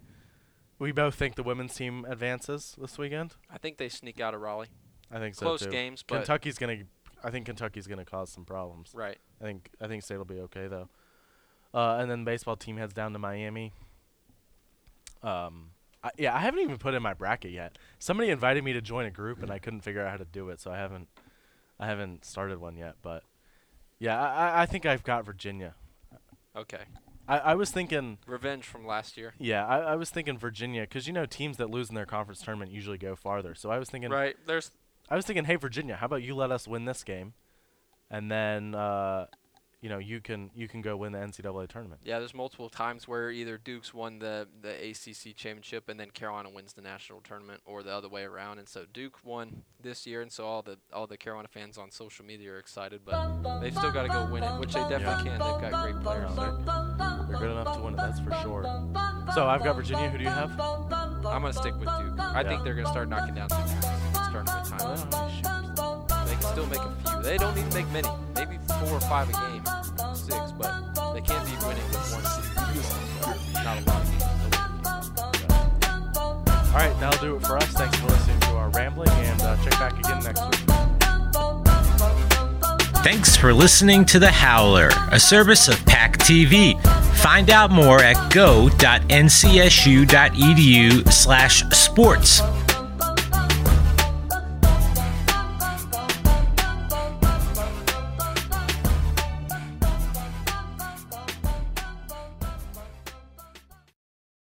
[SPEAKER 2] We both think the women's team advances this weekend.
[SPEAKER 3] I think they sneak out of Raleigh.
[SPEAKER 2] I think so
[SPEAKER 3] Close
[SPEAKER 2] too.
[SPEAKER 3] games, but
[SPEAKER 2] Kentucky's gonna. I think Kentucky's gonna cause some problems.
[SPEAKER 3] right.
[SPEAKER 2] I think I think State will be okay though. Uh, and then baseball team heads down to Miami. Um, I, yeah, I haven't even put in my bracket yet. Somebody invited me to join a group, and I couldn't figure out how to do it, so I haven't I haven't started one yet. But yeah, I, I- I think I've got Virginia.
[SPEAKER 3] Okay.
[SPEAKER 2] I, I was thinking,
[SPEAKER 3] Revenge from last year.
[SPEAKER 2] yeah, I, I was thinking Virginia, because you know teams that lose in their conference tournament usually go farther. So I was thinking,
[SPEAKER 3] Right. There's
[SPEAKER 2] I was thinking, hey Virginia, how about you let us win this game, and then uh, you know you can you can go win the NCAA tournament.
[SPEAKER 3] Yeah, there's multiple times where either Duke's won the, the ACC championship and then Carolina wins the national tournament, or the other way around. And so Duke won this year, and so all the all the Carolina fans on social media are excited, but they've still got to go win it, which they definitely can. They've got great players there.
[SPEAKER 2] They're good enough to win it, that's for sure. So I've got Virginia. Who do you have?
[SPEAKER 3] I'm gonna stick with Duke. I
[SPEAKER 2] Yeah.
[SPEAKER 3] think they're gonna start knocking down some this tournament time. Oh, They can still make a few. They don't need to make many. Maybe four or five a game, six, but they can't be winning with one seed. Not a lot.
[SPEAKER 2] All right, that'll do it for us. Thanks for listening to our rambling, and uh, check back again next week.
[SPEAKER 1] Thanks for listening to The Howler, a service of PAC TV. Find out more at go.ncsu.edu E slash sports.